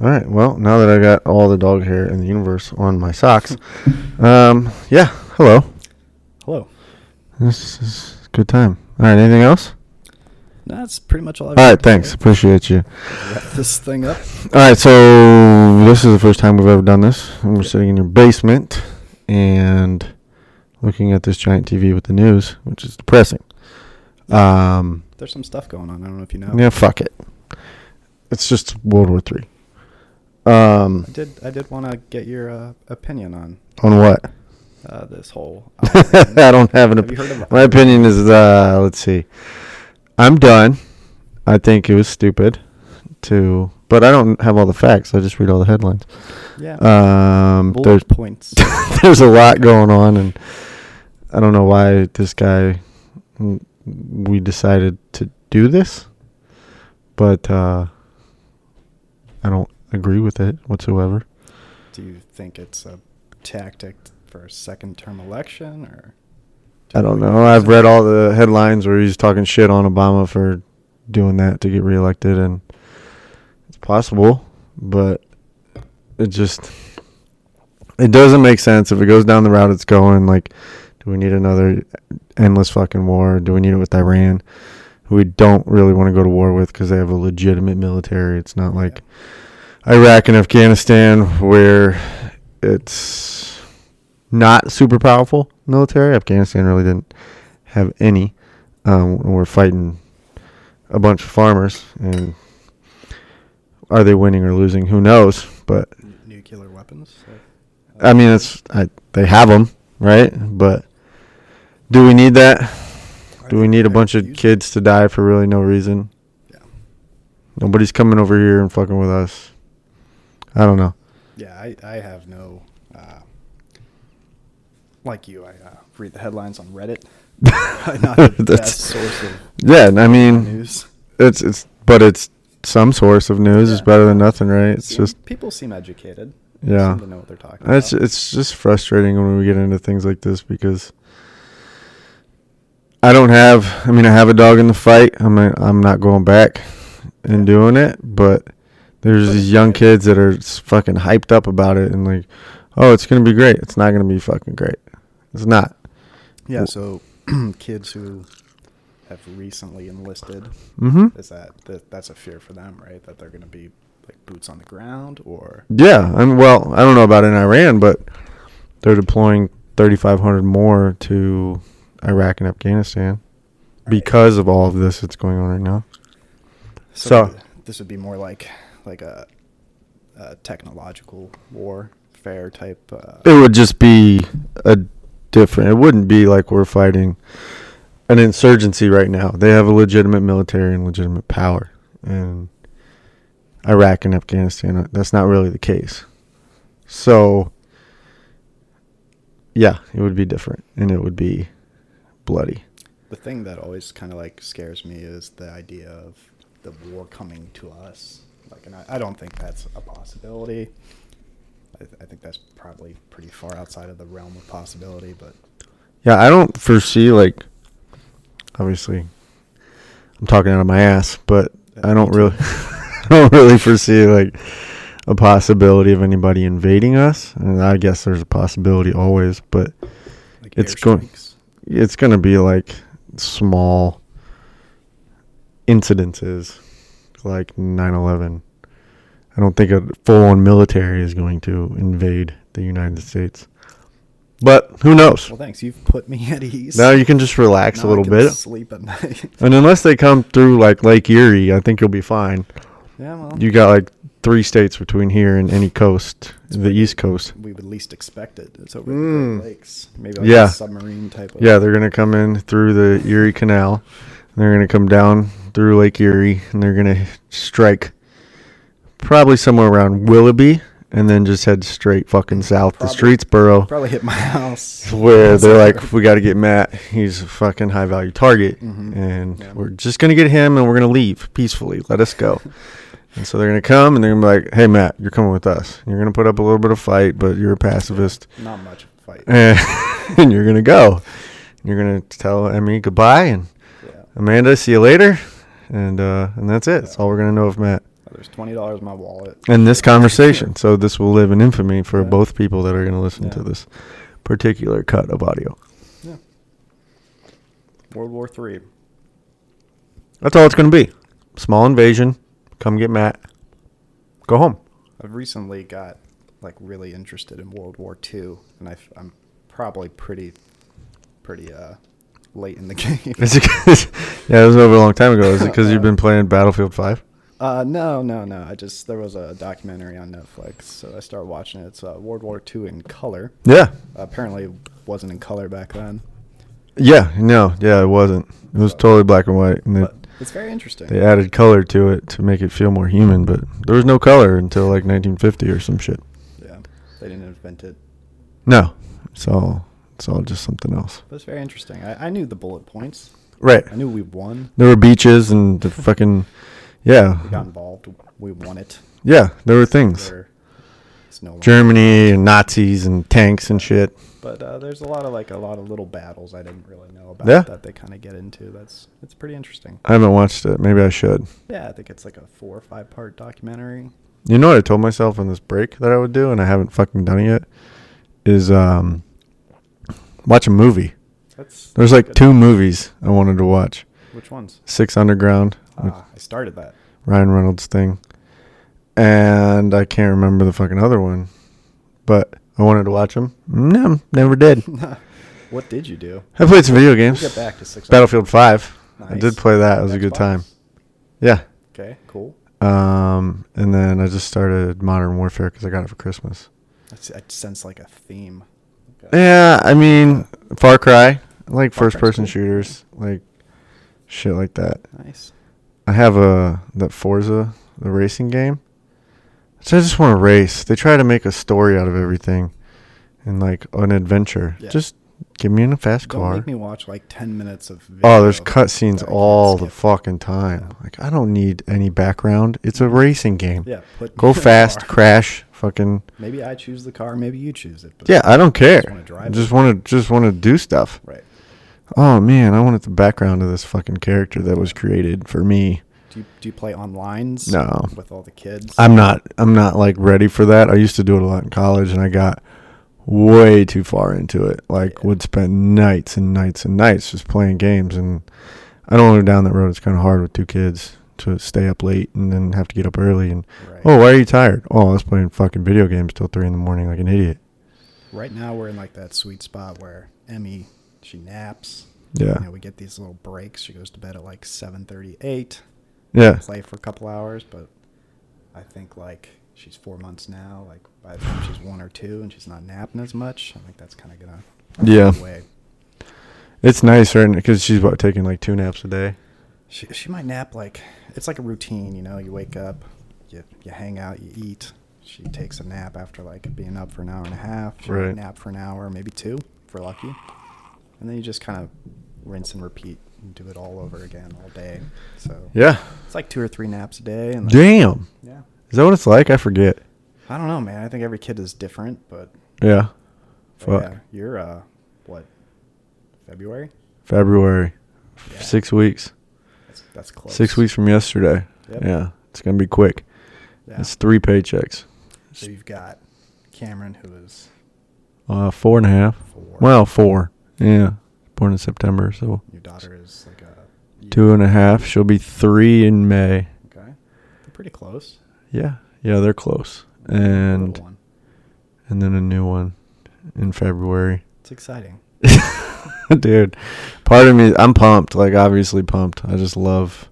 All right. Well, now that I got all the dog hair in the universe on my socks, um, yeah. Hello. Hello. This is a good time. All right. Anything else? That's pretty much all I've All right. got today. Thanks. Appreciate you. Wrap this thing up. All right, so this is the first time we've ever done this. And we're sitting in your basement and looking at this giant TV with the news, which is depressing. Um, There's some stuff going on. I don't know if you know. yeah, fuck it. It's just World War Three. Um, I did. I did want to get your uh, opinion on on what? uh, this whole. I don't have an. Have you Op- heard of my opinion is, uh, let's see. I'm done. I think it was stupid to, but I don't have all the facts. I just read all the headlines. Yeah. Um, there's bullet points. there's a lot going on, and I don't know why this guy we decided to do this, but uh, I don't agree with it whatsoever. Do you think it's a tactic for a second term election or? I don't know. I've read all the headlines where he's talking shit on Obama for doing that to get reelected, and it's possible, but it just it doesn't make sense if it goes down the route it's going. Like, do we need another endless fucking war? Do we need it with Iran, who we don't really want to go to war with because they have a legitimate military? It's not like Iraq and Afghanistan where it's not super powerful military. Afghanistan really didn't have any. Um, we're fighting a bunch of farmers, and are they winning or losing? Who knows? But N- nuclear weapons. so- uh, I mean, it's I, they have them, right? But do we need that? I Do we think need a they're bunch of using- kids to die for really no reason? Yeah. Nobody's coming over here and fucking with us. I don't know. Yeah, I, I have no. Uh, like you, I uh, read the headlines on Reddit. Probably not the That's- best source of Yeah, I mean, news. it's it's but it's some source of news is Yeah. better than nothing, right? It's Seem- just people seem educated. They yeah. seem to know what they're talking It's about. it's just frustrating when we get into things like this because I don't have. I mean, I have a dog in the fight. I'm i I'm not going back and Yeah. doing it. But there's But these it's young great. kids that are s- fucking hyped up about it and like, oh, it's gonna be great. It's not gonna be fucking great. It's not. yeah. So kids who have recently enlisted Mm-hmm. is that, that that's a fear for them, right? That they're going to be like boots on the ground, or Yeah, I mean, well, I don't know about in Iran, but they're deploying 3,500 more to Iraq and Afghanistan because of all of this that's going on right now. So- th- this would be more like like a, a technological warfare type. Uh, It would just be a different. It wouldn't be like we're fighting an insurgency right now. They have a legitimate military and legitimate power, and Iraq and Afghanistan. uh, That's not really the case. So, yeah, it would be different, and it would be bloody. the thing that always kind of like scares me is the idea of the war coming to us. Like, and I, I don't think that's a possibility. I, th- I think that's probably pretty far outside of the realm of possibility. But Yeah, I don't foresee like. Obviously, I'm talking out of my ass, but I don't really, I don't really foresee like a possibility of anybody invading us. And I guess there's a possibility always, but like It's going- airstrikes. it's gonna be like small incidences, like 9/11. I don't think a full-on military is going to invade the United States, but who knows? Well, thanks. You've put me at ease. Now you can just relax a Now I little can bit. Sleep at night. And unless they come through like Lake Erie, I think you'll be fine. yeah, well, You got like three states between here and any coast, the East Coast. we would least expect it. It's over Mm. the Great Lakes. Maybe like Yeah. a submarine type of. Yeah, they're gonna come in through the Erie Canal. And they're gonna come down through Lake Erie, and they're gonna strike probably somewhere around Willoughby, and then just head straight fucking south to Probably- Streetsboro, Probably hit my house. where they're like, "We got to get Matt. He's a fucking high value target, Mhm. and Yeah. we're just gonna get him, and we're gonna leave peacefully. Let us go." And so they're gonna come and they're gonna be like, "Hey Matt, you're coming with us. You're gonna put up a little bit of fight, but you're a pacifist, Not much of a fight. and, and you're gonna go. You're gonna tell Emmy goodbye and Yeah. Amanda, see you later, and uh, and that's it. That's all we're gonna know of Matt. I There's twenty dollars in my wallet. and this conversation. So this will live in infamy for Yeah. both people that are going to listen to Yeah. this particular cut of audio. Yeah. World War Three. That's all it's going to be. Small invasion. Come get Matt. Go home. I've recently got like really interested in World War Two, and I, am probably pretty, pretty uh, late in the game. Is it 'cause- yeah, it was over a long time ago. Is it because you've been playing Battlefield Five? Uh, no, no, no. I just there was a documentary on Netflix, so I started watching it. It's uh, World War Two in color. Yeah. Apparently, it wasn't in color back then, Yeah. No. Yeah, it wasn't. It was totally black and white, and they but it's very interesting. they added color to it to make it feel more human. But there was no color until like 1950 or some shit. Yeah, they didn't invent it. No. It's all it's all just something else. But it's very interesting. I, I knew the bullet points. Right. I knew we won. There were beaches and the fucking We got yeah. involved. We won it. Yeah, there were things. There- It's no longer- Germany and Nazis and tanks and shit. But uh, there's a lot of like a lot of little battles I didn't really know about Yeah. that they kind of get into. That's it's pretty interesting. I haven't watched it. Maybe I should. Yeah, I think it's like a four or five part documentary. You know what I told myself in this break that I would do and I haven't fucking done it yet is um watch a movie. That's There's like good. two movies I wanted to watch. Which ones? Six Underground, which Ah, I started that. Ryan Reynolds thing. And I can't remember the fucking other one. But I wanted to watch them. No, never did. what did you do? I played some video games. We'll get back to six. Battlefield 5. I Nice. did play that. It was a good Xbox? time. Yeah. Okay, cool. Um, and then I just started Modern Warfare because I got it for Christmas. That's, I sense like a theme. Okay. Yeah, I mean, Far Cry. I like Far Cry's first person cool. shooters. Like, shit like that. Nice. I have a that Forza, the racing game. So I just want to race. They try to make a story out of everything, and like an adventure. Yeah. Just give me in a fast Don't car. make me watch like ten minutes of. Video Oh, there's that cutscenes I can't all the skip. fucking time. Yeah. Like I don't need any background. It's a racing game. Yeah, put me Go in the fast, car. crash, fucking. Maybe I choose the car. Maybe you choose it. But Yeah, I don't care. wanna drive Just it. want to just want to do stuff. Right. Oh man, I wanted the background of this fucking character that was created for me. Do you, do you play online? No. With all the kids. I'm not I'm not like ready for that. I used to do it a lot in college and I got way too far into it. Like Yeah. would spend nights and nights and nights just playing games and I don't want to go down that road. It's kind of hard with two kids to stay up late and then have to get up early and Right. oh, why are you tired? Oh, I was playing fucking video games till 3 in the morning like an idiot. Right now we're in like that sweet spot where Emmy she naps. Yeah. You know, we get these little breaks. She goes to bed at like seven thirty eight. Yeah. Play for a couple hours, but I think like she's four months now. Like by the time she's one or two, and she's not napping as much. I think that's kind of gonna go Yeah. away. It's nice right cuz she's what taking like two naps a day. She she might nap like it's like a routine. You know, you wake up, you you hang out, you eat. She takes a nap after like being up for an hour and a half. She might Right. Nap for an hour, maybe two, if we're lucky. And then you just kind of rinse and repeat and do it all over again all day. So Yeah. it's like two or three naps a day. And then, Damn. yeah, Is that what it's like? I forget. I don't know, man. I think every kid is different, but, Yeah. but Fuck. yeah, you're uh, what February? February. F- Yeah. 6 weeks. That's, that's close. Six weeks from yesterday. Yep. Yeah, it's gonna be quick. Yeah. It's three paychecks. So you've got Cameron, who is Uh, four and a half. Four. Well, four. Yeah, born in September, so your daughter is like a year- two and a half. She'll be three in May. Okay. They're pretty close. Yeah, yeah, they're close. And Little one. and then a new one in February. It's exciting. Dude, part of me, I'm pumped. Like obviously pumped. I just love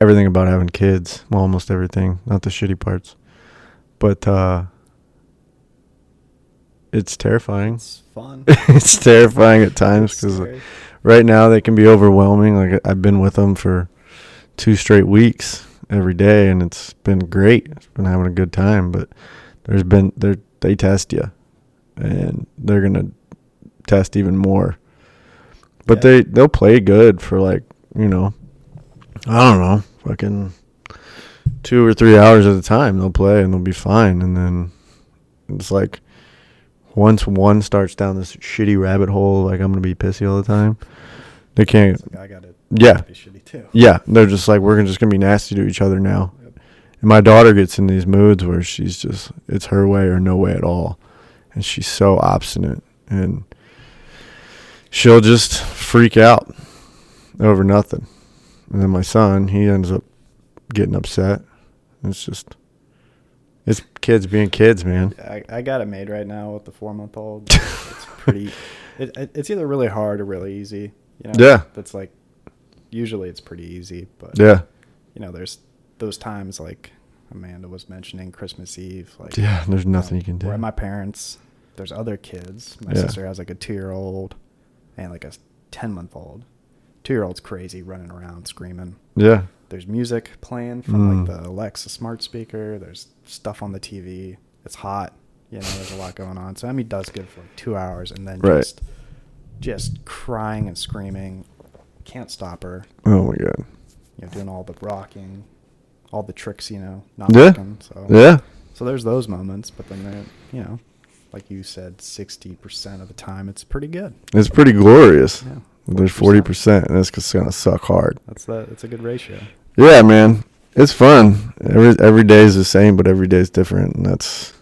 everything about having kids. Well, almost everything, not the shitty parts, but uh, it's terrifying. It's fun. it's terrifying at times It's because scary. right now they can be overwhelming. Like I- I've been with them for two straight weeks every day, and it's been great. It's been having a good time, but there's been they they test you, and they're gonna test even more. But Yeah. they they'll play good for like you know, I don't know, fucking two or three hours at a time. They'll play and they'll be fine, and then it's like. Once one starts down this shitty rabbit hole, like I'm gonna be pissy all the time. They can't It's like, I got it. Yeah. Be shitty too. yeah, they're just like we're gonna- just gonna be nasty to each other now, Yep. And my daughter gets in these moods where she's just it's her way or no way at all, and she's so obstinate and she'll just freak out over nothing. And then my son, he ends up getting upset. It's just it's kids being kids, man. I, I got it made right now with the four month old. It's pretty. It, it- it's either really hard or really easy. You know, Yeah. That's like usually it's pretty easy, but Yeah. you know, there's those times like Amanda was mentioning Christmas Eve. Like Yeah, there's know, nothing you can do. We're at my parents. There's other kids. My Yeah. sister has like a two year old and like a ten month old. Two year old's crazy, running around screaming. Yeah. There's music playing from Mm. like the Alexa smart speaker. There's stuff on the TV. It's hot. You know, there's a lot going on. So Emmy does good for like two hours and then Right. just just crying and screaming. Can't stop her. Oh my god. You know, doing all the rocking, all the tricks. You know, not Yeah. working. So Yeah. so there's those moments, but then there, you know, like you said, sixty percent of the time it's pretty good. It's pretty glorious. Yeah, There's forty percent, and it's just gonna suck hard. That's that. That's a good ratio. Yeah, man, it's fun. Every every day is the same, but every day is different, and that's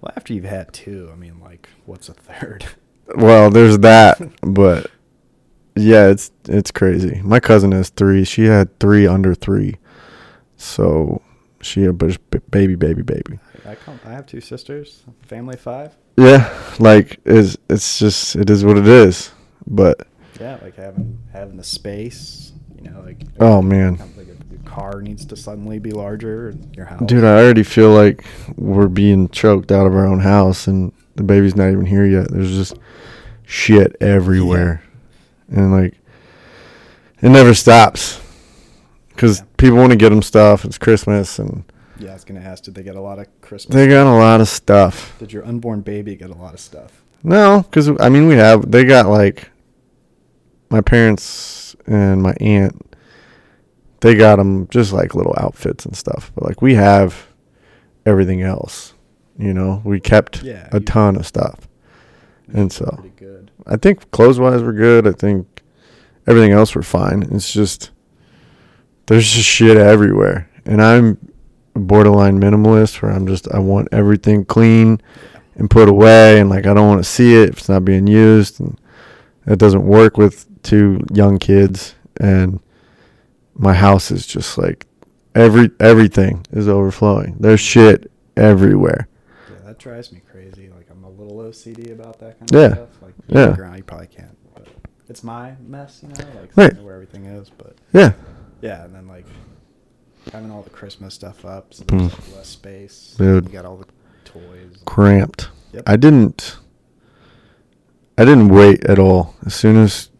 Well, after you've had two, I mean, like, what's a third? well, there's that, but yeah, it's it's crazy. My cousin has three. She had three under three, so she had but baby, baby, baby. I come. I have two sisters. Family of five. Yeah, like is it's just it is what it is. But Yeah, like having having the space. You know, like oh man, like if your car needs to suddenly be larger. and Your house. Dude, I already feel like we're being choked out of our own house, and the baby's not even here yet. There's just shit everywhere, and like it never stops because Yeah. people want to get them stuff. It's Christmas, and yeah, I was gonna ask. Did they get a lot of Christmas? they got a lot of stuff. Did your unborn baby get a lot of stuff? No, because I mean, we have they got like my parents and my aunt. They got them just like little outfits and stuff, but like we have everything else. You know, we kept Yeah, a you- ton of stuff. And so- pretty good. I think clothes wise we're good. I think everything else we're fine. It's just there's just shit everywhere, and I'm a borderline minimalist where I'm just I want everything clean Yeah. and put away, and like I don't want to see it if it's not being used, and that doesn't work with two young kids. And my house is just like every everything is overflowing. There's shit everywhere. Yeah, that drives me crazy. Like I'm a little OCD about that kind Yeah. of stuff. Like Yeah. look around, you probably can't. But it's my mess, you know. Like so I Right. know where everything is, but Yeah, yeah, and then like having all the Christmas stuff up, so Mm. there's like, less space. and Dude. You got all the toys. cramped. Yep. I didn't. I didn't wait at all. As soon as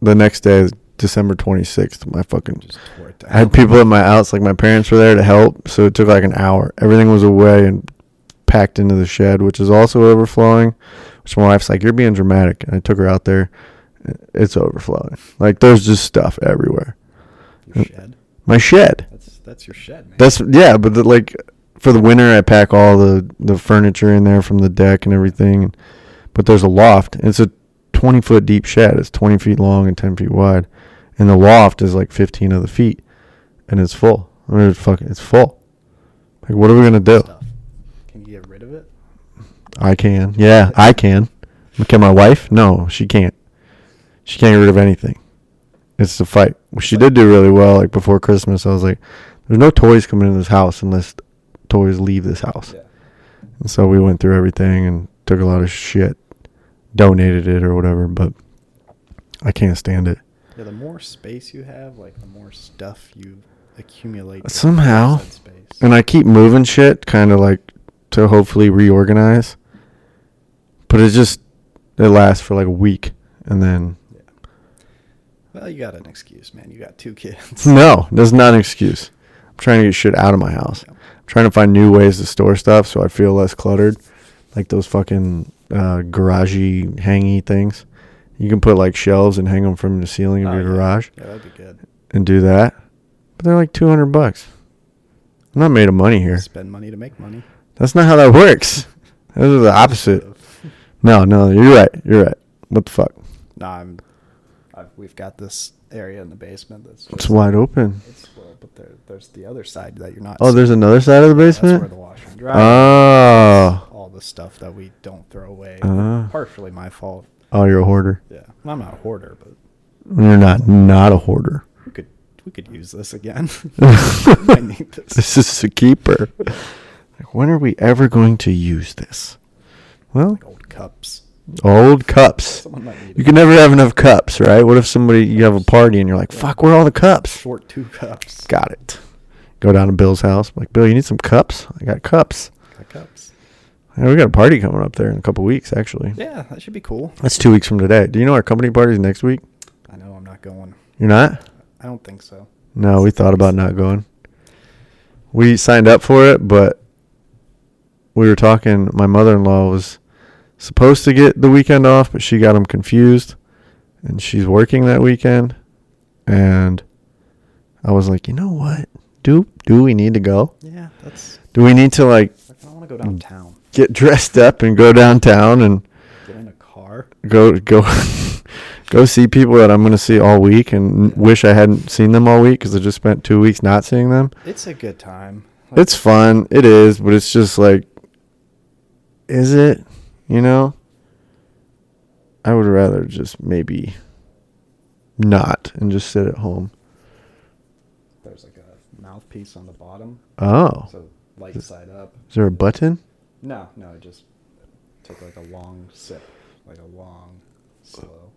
the next day, December twenty sixth, my fucking. just tore it down. I had people at my house, like my parents were there to help, so it took like an hour. Everything was away and packed into the shed, which is also overflowing. Which my wife's like, "You're being dramatic," and I took her out there. It's overflowing. Like there's just stuff everywhere. Your shed. My shed. That's that's your shed, man. That's yeah, but the, like for the winter, I pack all the the furniture in there from the deck and everything. But there's a loft. And it's a 20 foot deep shed. It's 20 feet long and 10 feet wide, and the loft is like 15 of the feet, and it's full. I mean, it's fucking, it's full. Like, what are we gonna do? stuff. Can you get rid of it? I can. Yeah, I can. Can my wife? No, she can't. She can't get rid of anything. It's the fight. She did do really well. Like before Christmas, I was like, "There's no toys coming in this house unless toys leave this house." Yeah. And so we went through everything and took a lot of shit, donated it or whatever. But I can't stand it. Yeah. The more space you have, like the more stuff you accumulate. Somehow. inside Space. And I keep moving shit, kind of like to hopefully reorganize. But it just it lasts for like a week, and then Yeah. Well, you got an excuse, man. You got two kids. No, that's not an excuse. I'm trying to get shit out of my house. I'm trying to find new ways to store stuff so I feel less cluttered. Like those fucking uh, garagey hangy things. You can put like shelves and hang them from the ceiling of Oh, your yeah. garage Yeah, that'd be good. and do that. But they're like 200 bucks. I'm not made of money here. Spend money to make money. That's not how that works. Those are the opposite. No, no, you're right. You're right. What the fuck? no, I'm. I've, we've got this area in the basement that's It's just- wide open. It's full of But there, there's the other side that you're not. Oh, there's seeing. another side of the That's where basement. Uh. the washer and dryer. is, Oh. All the stuff that we don't throw away. Ah. Partially my fault. Oh, you're a hoarder. Yeah, Well, I'm not a hoarder, but You're not not a hoarder. we could we could use this again. I need this. This is a keeper. Like, when are we ever going to use this? Well, Like old cups. old cups. Someone might need You a can never have enough cups, right? What if somebody you have a party and you're like, "Fuck, where are all the cups?" short two cups. Got it. Go down to Bill's house. like, Bill, you need some cups. I got cups. Got cups. Yeah, we got a party coming up there in a couple weeks, actually. Yeah, that should be cool. That's two weeks from today. Do you know our company party's next week? I know I'm not going. You're not? I don't think so. No, we thought about not going. We signed up for it, but we were talking. My mother in law was supposed to get the weekend off, but she got them confused, and she's working that weekend. And I was like, you know what? Do do we need to go? Yeah, that's. Do we need to like I kind of want to go downtown. get dressed up and go downtown and Get in a car. go go go see people that I'm going to see all week and Yeah. wish I hadn't seen them all week because I just spent two weeks not seeing them. It's a good time. Like, It's fun, it is, but it's just like, is it? You know, I would rather just maybe not and just sit at home. there's like a mouthpiece on the bottom, Oh, so light side up. is there a button? No, no, I just take like a long sip, like a long, slow.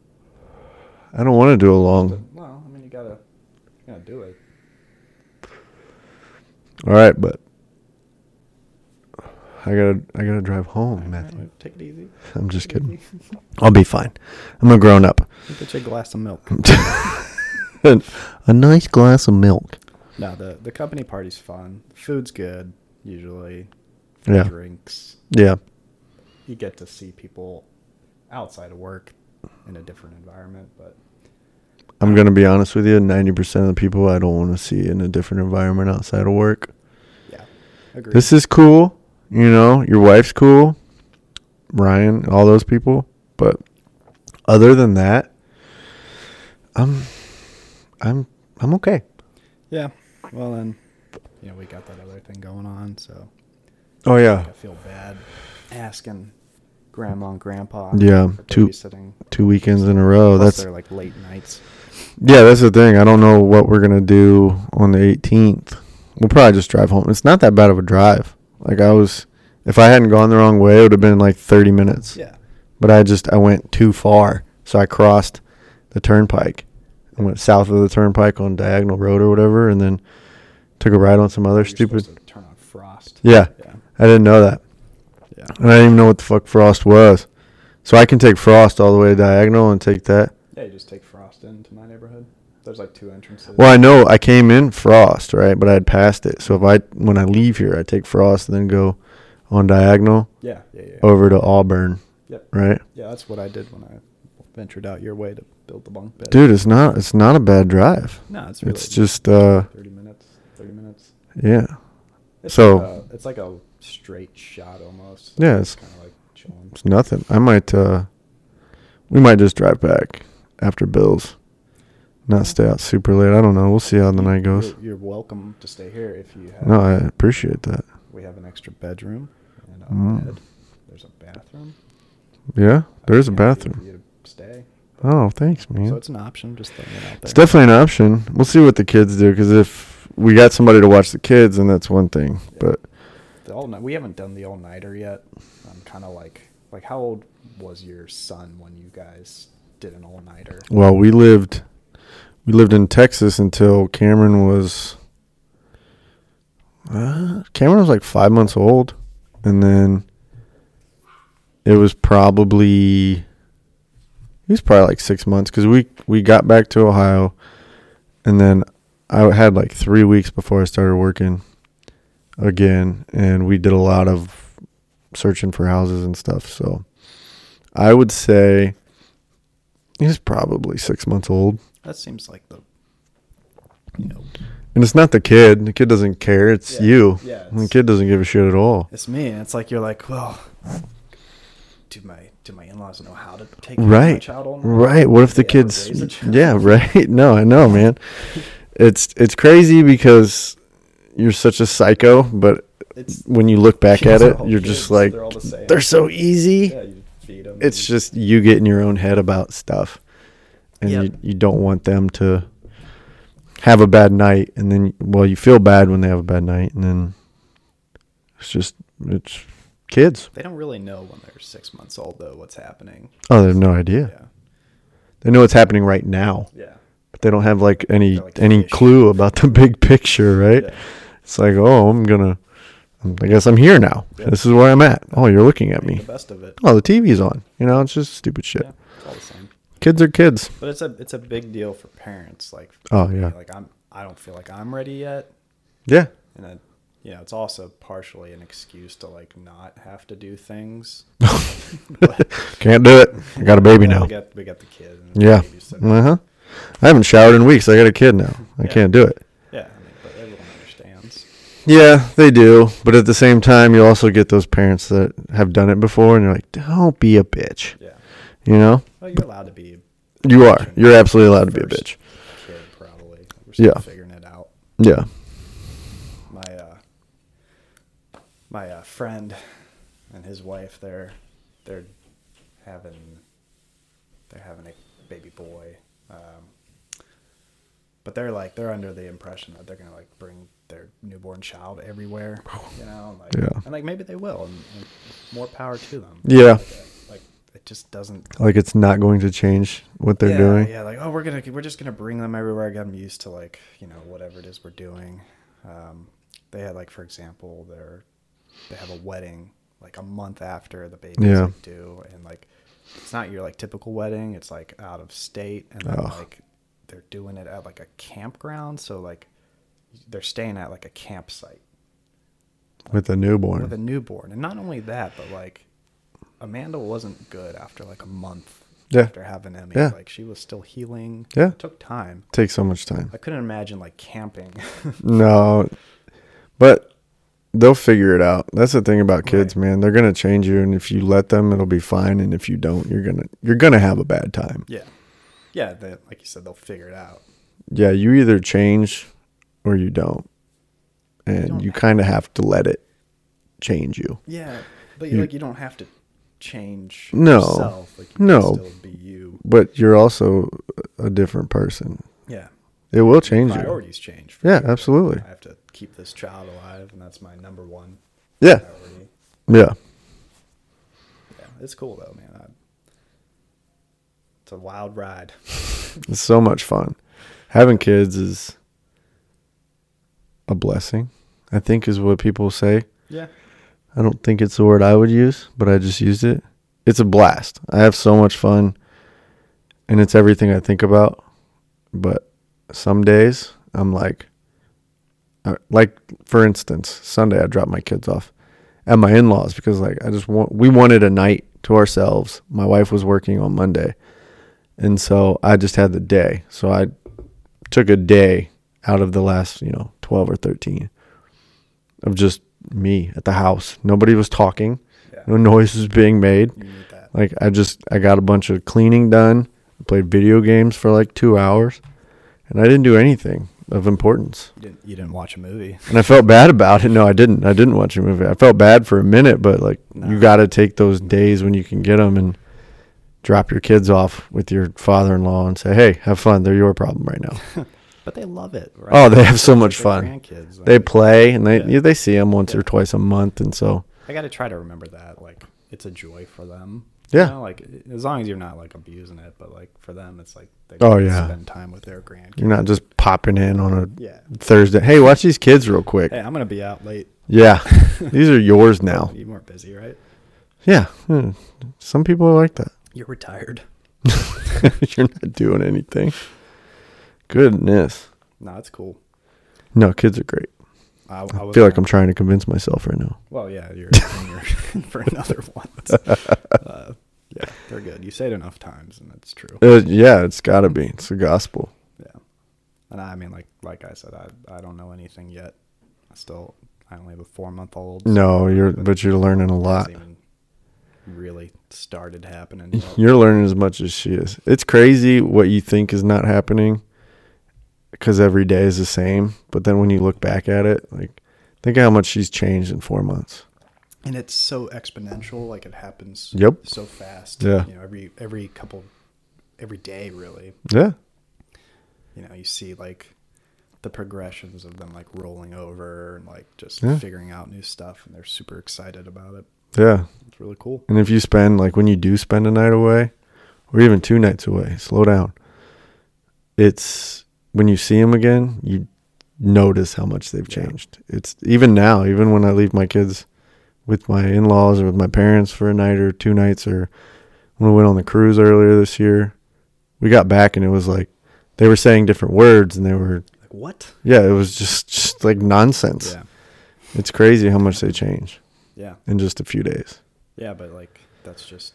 I don't want to do a But, long. well, I mean, you gotta, you gotta do it. All right, but I gotta I gotta drive home, Alright, Matthew. alright, Take it easy. Oh, I'm just Take it kidding. easy. I'll be fine. I'm a grown up. Get you a glass of milk. An- a nice glass of milk. No, the the company party's fun. Food's good usually. Yeah. Drinks. Yeah. You get to see people outside of work in a different environment, but I'm going to be honest with you 90% of the people I don't want to see in a different environment outside of work. yeah, agree. This is cool. You know, your wife's cool. Ryan, all those people. But other than that, I'm I'm I'm okay. yeah. Well, then you know we got that other thing going on, so Oh yeah. I feel bad asking grandma and grandpa. Yeah, for two- babysitting. Two weekends in a row. Plus That's they're like late nights. Yeah, that's the thing. I don't know what we're gonna do on the 18th. We'll probably just drive home. It's not that bad of a drive. Like I was, if I hadn't gone the wrong way, it would have been like 30 minutes. Yeah, But I just I went too far, so I crossed the turnpike and went south of the turnpike on Diagonal Road or whatever, and then took a ride on some other You're stupid. supposed to turn on frost. Yeah, yeah, I didn't know that, yeah. and I didn't even know what the fuck frost was. So I can take frost all the way to Diagonal and take that. Yeah, you just take frost into my neighborhood. There's like two entrances. Well, I know I came in frost, right? But I had passed it. So if I when I leave here, I take frost and then go on diagonal yeah, yeah, yeah. over to Auburn, Yep. right? Yeah, that's what I did when I ventured out your way to build the bunk bed. Dude, it's not it's not a bad drive. no, it's really It's just uh thirty minutes. Thirty minutes. yeah. It's So- like a, it's like a straight shot almost. Yeah, it's kind of like chilling. It's nothing. I might uh we might just drive back after Bills. Not stay out super late. I don't know. We'll see how the night goes. You're, you're welcome to stay here if you have. No, I appreciate that. we have an extra bedroom and a Mm. bed. There's a bathroom. Yeah, there's a Happy For bathroom. you to stay. Oh, thanks, man. So it's an option. Just throwing it out there. It's definitely an option. We'll see what the kids do because if we got somebody to watch the kids, then that's one thing. But The all night, we haven't done the all nighter yet. I'm kind of like like how old was your son when you guys did an all nighter? well, we lived we lived in Texas until Cameron was uh, Cameron was like five months old, and then it was probably he was probably like six months because we we got back to Ohio, and then I had like three weeks before I started working again, and we did a lot of searching for houses and stuff. So I would say he's probably six months old, That seems like the you know and it's not the kid. The kid doesn't care. It's Yeah. you. Yeah, the it's- kid doesn't give a shit at all. it's me. And it's like you're like well, do my do my in laws know how to take care of my Right. child all night? Right. What if Do the they ever kids? raise a child? Yeah. Right. No, I know, man. it's it's crazy because you're such a psycho, but It's when you look back at kids are it, all you're just kids. like they're all the same. they're so easy. yeah, you feed 'em It's and- just you get in your own head about stuff, and Yep. you you don't want them to have a bad night, and then well, you feel bad when they have a bad night, and then it's just it's kids. they don't really know when they're six months old though what's happening. Oh, they have no idea. Yeah, They know what's happening right now. yeah, but they don't have like any They're like any fish. clue about the big picture, right? Yeah. It's like, oh, I'm gonna, I guess I'm here now. Yeah. This is where I'm at. Oh, you're looking at Make me. the best of it. Oh, the TV's on. You know, it's just stupid shit. Yeah, it's all the same. Kids are kids. But it's a it's a big deal for parents. Like Oh, yeah. like I'm I don't feel like I'm ready yet, Yeah, and I, you know it's also partially an excuse to like not have to do things. can't do it. I got a baby Well, now. We got we got the kid. And the Yeah. baby, so- Uh huh. I haven't showered in weeks. I got a kid now. I Yeah. can't do it. yeah. I mean, but everyone understands. Yeah, they do. But at the same time, you also get those parents that have done it before, and you're like, don't be a bitch. Yeah. You know, Well, you're allowed to be a you are. You're absolutely allowed to be a First. bitch. kid probably. We're still Yeah. figuring it out. Yeah. my uh, my uh, friend and his wife they're they're having they're having a baby boy um, but they're like they're under the impression that they're gonna like bring their newborn child everywhere you know and, like, Oh. Yeah. and like maybe they will and, and more power to them Yeah. like it just doesn't like it's not going to change what they're yeah, doing. Yeah, like oh, we're gonna we're just gonna bring them everywhere. Get them used to like you know whatever it is we're doing. Um, they had like for example, they're they have a wedding like a month after the baby's Yeah. like, due, and like it's not your like typical wedding. It's like out of state, and then, Ugh. like they're doing it at like a campground. So like they're staying at like a campsite With a newborn. with a newborn, and not only that, but like Amanda wasn't good after like a month Yeah. after having Emmy. Yeah. Like she was still healing. Yeah. it took time. Takes so much time. I couldn't imagine like camping. No, but they'll figure it out. That's the thing about kids, man. They're gonna change you, and if you let them, it'll be fine. And if you don't, you're gonna you're gonna have a bad time. yeah, yeah. They, like you said, they'll figure it out. Yeah, you either change or you don't, and you kind of have to let it change you. Yeah, but You- like you don't have to change No. yourself. Like you No. can still be you. But you're also a different person. Yeah, It will change you. priorities change. For Yeah, sure. absolutely. I have to keep this child alive, and that's my number one Yeah, priority. yeah, Yeah, it's cool though, man. I, it's a wild ride. it's so much fun. Having kids is a blessing, I think, is what people say. yeah. I don't think it's the word I would use, but I just used it. It's a blast. I have so much fun, and it's everything I think about. But some days I'm like, I- like for instance, Sunday I dropped my kids off at my in-laws because like I just want we wanted a night to ourselves. My wife was working on Monday, and so I just had the day. So I took a day out of the last you know twelve or thirteen of just me at the house. Nobody was talking. Yeah. No noise was being made. You need that. Like I just I got a bunch of cleaning done. I played video games for like 2 hours and I didn't do anything of importance. You didn't. You didn't watch a movie. And I felt bad about it. No, I didn't. I didn't watch a movie. I felt bad for a minute, but like you got to take those days when you can get them and drop your kids off with your father-in-law and say, "Hey, have fun. They're your problem right now." But they love it, right? Oh, they have so They're much their fun. Grandkids. They play and they Yeah. they see them once Yeah. or twice a month and so I got to try to remember that. Like, it's a joy for them. Yeah. You know, like, as long as you're not, like, abusing it, but, like, for them, it's like they Oh, get to yeah. spend time with their grandkids. You're not just popping in on a Yeah. Thursday. Hey, watch these kids real quick. Hey, I'm going to be out late. Yeah. these are yours now. You weren't busy, right? Yeah. Hmm. Some people are like that. You're retired. You're not doing anything. Goodness. No, it's cool. No, kids are great. I, I I was feel like I'm gonna- trying to convince myself right now. Well, yeah, you're, you're for another one. Uh, yeah, they're good. You say it enough times, and it's true. Uh, yeah, it's got to be. It's the gospel. Yeah. And I mean, like, like I said, I, I don't know anything yet. I still, I only have a four month old. No, you're but you're learning a lot. even really started happening. yet. You're learning as much as she is. It's crazy what you think is not happening because every day is the same. But then when you look back at it, like think how much she's changed in four months. and it's so exponential like it happens Yep. so fast Yeah. you know every every couple every day really Yeah, you know you see like the progressions of them like rolling over and like just Yeah. figuring out new stuff and they're super excited about it yeah. it's really cool And if you spend like when you do spend a night away, or even two nights away, slow down. It's when you see them again, you notice how much they've Yeah. changed. It's even now, even when I leave my kids with my in-laws or with my parents for a night or two nights, or when we went on the cruise earlier this year, we got back and it was like they were saying different words and they were like what yeah, it was just just like nonsense. yeah It's crazy how much they change yeah in just a few days. yeah but like that's just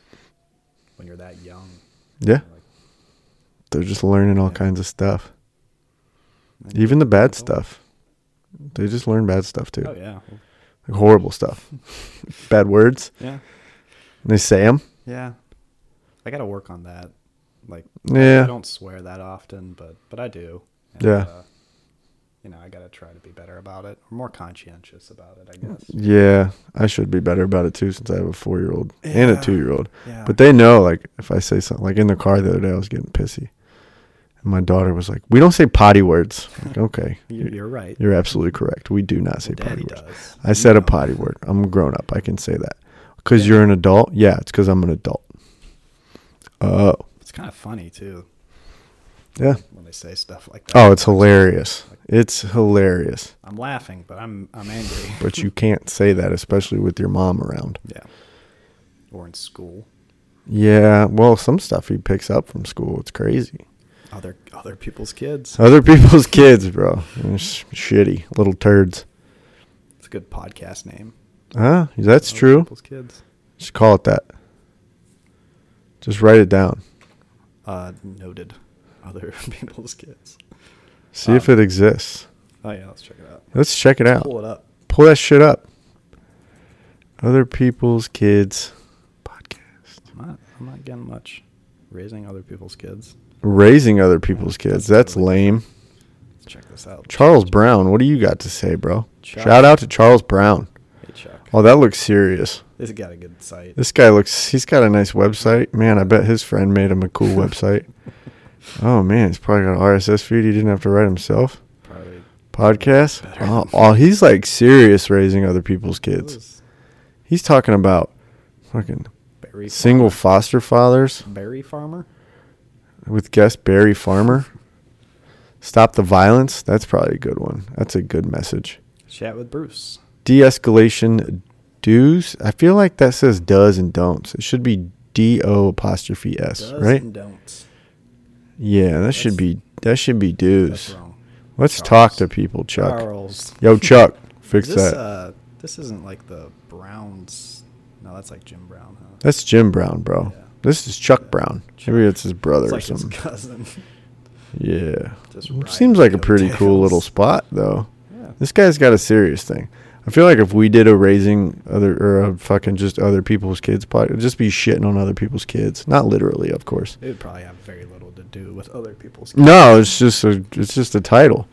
when you're that young Yeah. like they're just learning all Yeah. kinds of stuff. and- Even the bad stuff. They just learn bad stuff too. oh yeah Well, Like horrible stuff. bad words. yeah And they say them. yeah i gotta work on that like I Yeah. don't swear that often, but but I do. uh, Yeah. you know, I gotta try to be better about it, more conscientious about it, I guess. Yeah. I should be better about it too since I have a four year old and Yeah. a two year old. Yeah. But they know, like, if I say something, like in the car the other day, I was getting pissy. And my daughter was like, We don't say potty words. Like, okay. you're, you're, you're right. you're absolutely correct. We do not say potty Daddy words. does. I said You a know. potty word. I'm grown up. I can say that. Because you're an adult? Yeah, it's because I'm an adult. Oh. It's kind of funny too Yeah. when they say stuff like that. Oh, it's hilarious. It's hilarious. I'm laughing, but I'm I'm angry. But you can't say that, especially with your mom around. yeah. Or in school, Yeah. Well, some stuff he picks up from school. It's crazy. other other people's kids. Other people's kids, bro. They're sh- shitty little turds. It's a good podcast name. Huh? That's Other true. People's kids. Just call it that. Just write it down. Uh, noted. Other people's kids. See if it exists. Oh yeah, let's check it out. Let's check it out. Pull it up. Pull that shit up. Other people's kids podcast. I'm not, I'm not getting much. Raising other people's kids. Raising other people's kids. That's lame. Let's check this out. Charles Brown, what do you got to say, bro? Chuck. Shout out to Charles Brown. Hey, Chuck. Oh, that looks serious. This has got a good site. This guy looks, he's got a nice website. Man, I bet his friend made him a cool website. Oh, man, he's probably got an RSS feed he didn't have to write himself. Probably. Podcast. Better. Oh, oh, he's like serious raising other people's It kids. was He's talking about fucking Barry single foster fathers Farmer. Barry Farmer. with guest Barry Farmer. Stop the violence. That's probably a good one. That's a good message. Chat with Bruce. de-escalation do's. I feel like that says does and don'ts. It should be D O apostrophe S, Does right? and don'ts. yeah, that should That's- be that should be That's do's. wrong. Let's Charles. talk to people, Chuck. Charles. Yo, Chuck, fix Is this, that. Uh, this isn't like the Browns. No, that's like Jim Brown, huh? That's Jim Brown, bro. Yeah. This is Chuck Yeah. Brown. Chuck. Maybe it's his brother it's or like his something. cousin. yeah. Just riding Seems like a pretty cool coattails. little spot, though. Yeah. This guy's got a serious thing. I feel like if we did a raising other or a fucking just other people's kids pod, it'd just be shitting on other people's kids. Not literally, of course. It would probably have very little to do with other people's. No, it's just a it's just a title.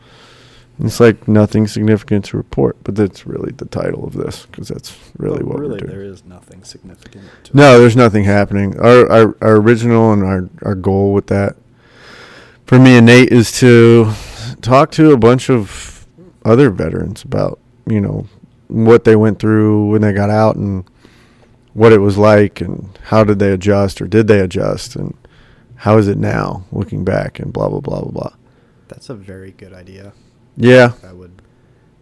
It's like nothing significant to report, but that's really the title of this because that's really But what Oh, really, we're doing. there is nothing significant. To No, there's nothing happening. Our, our our original and our our goal with that for me and Nate is to talk to a bunch of other veterans about you know what they went through when they got out and what it was like and how did they adjust or did they adjust and how is it now looking back and blah blah blah blah blah. That's a very good idea. Yeah, That would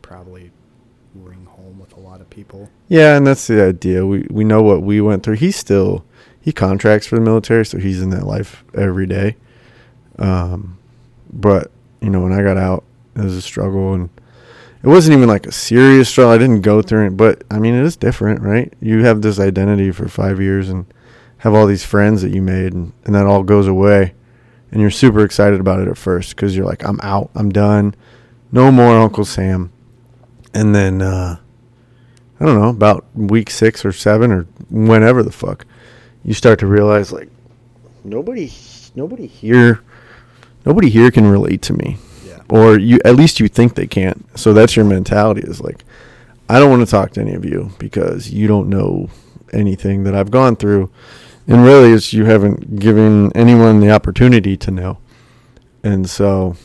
probably ring home with a lot of people. yeah, and that's the idea. We we know what we went through. He's still he contracts for the military, so he's in that life every day. Um, but you know, when I got out, it was a struggle, and it wasn't even like a serious struggle. I didn't go through it, but I mean, it is different, right? You have this identity for five years and have all these friends that you made, and, and that all goes away, and you're super excited about it at first because you're like, I'm out, I'm done, no more Uncle Sam, and then. uh I don't know, about week six or seven or whenever the fuck, you start to realize like nobody, nobody here, nobody here can relate to me. Yeah. or you at least you think they can't. So that's your mentality is like, I don't want to talk to any of you because you don't know anything that I've gone through, and really, it's you haven't given anyone the opportunity to know, and so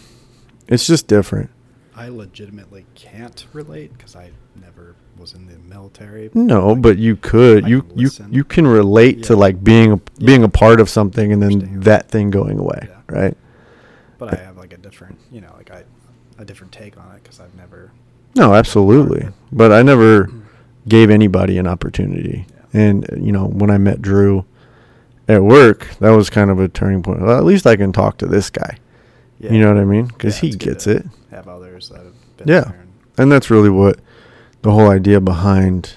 it's just different. I legitimately can't relate because I never was in the military. No, Like, but you could I you can you listen. you can relate to Yeah. like being a, Yeah. being a part of something and then Understand. that thing going away, Yeah. right? but I have like a different, you know, like I a different take on it because I've never. No, absolutely. But I never gave anybody an opportunity. Yeah. And uh, you know, when I met Drew at work, that was kind of a turning point. Well, at least I can talk to this guy. You know what I mean? Because Yeah, he it's good gets to it. Have others that have been Yeah. there and and that's really what the whole idea behind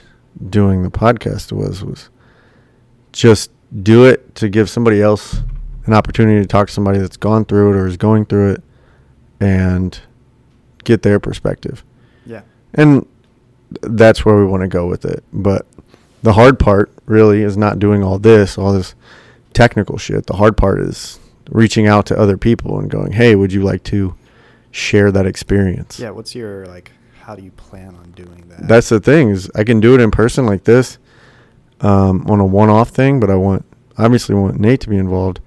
doing the podcast was was just do it to give somebody else an opportunity to talk to somebody that's gone through it or is going through it and get their perspective yeah, and that's where we want to go with it but the hard part really is not doing all this all this technical shit the hard part is reaching out to other people and going hey would you like to share that experience yeah. What's your like? How do you plan on doing that? that's the thing is I can do it in person like this, um, on a one-off thing, but I want obviously want Nate to be involved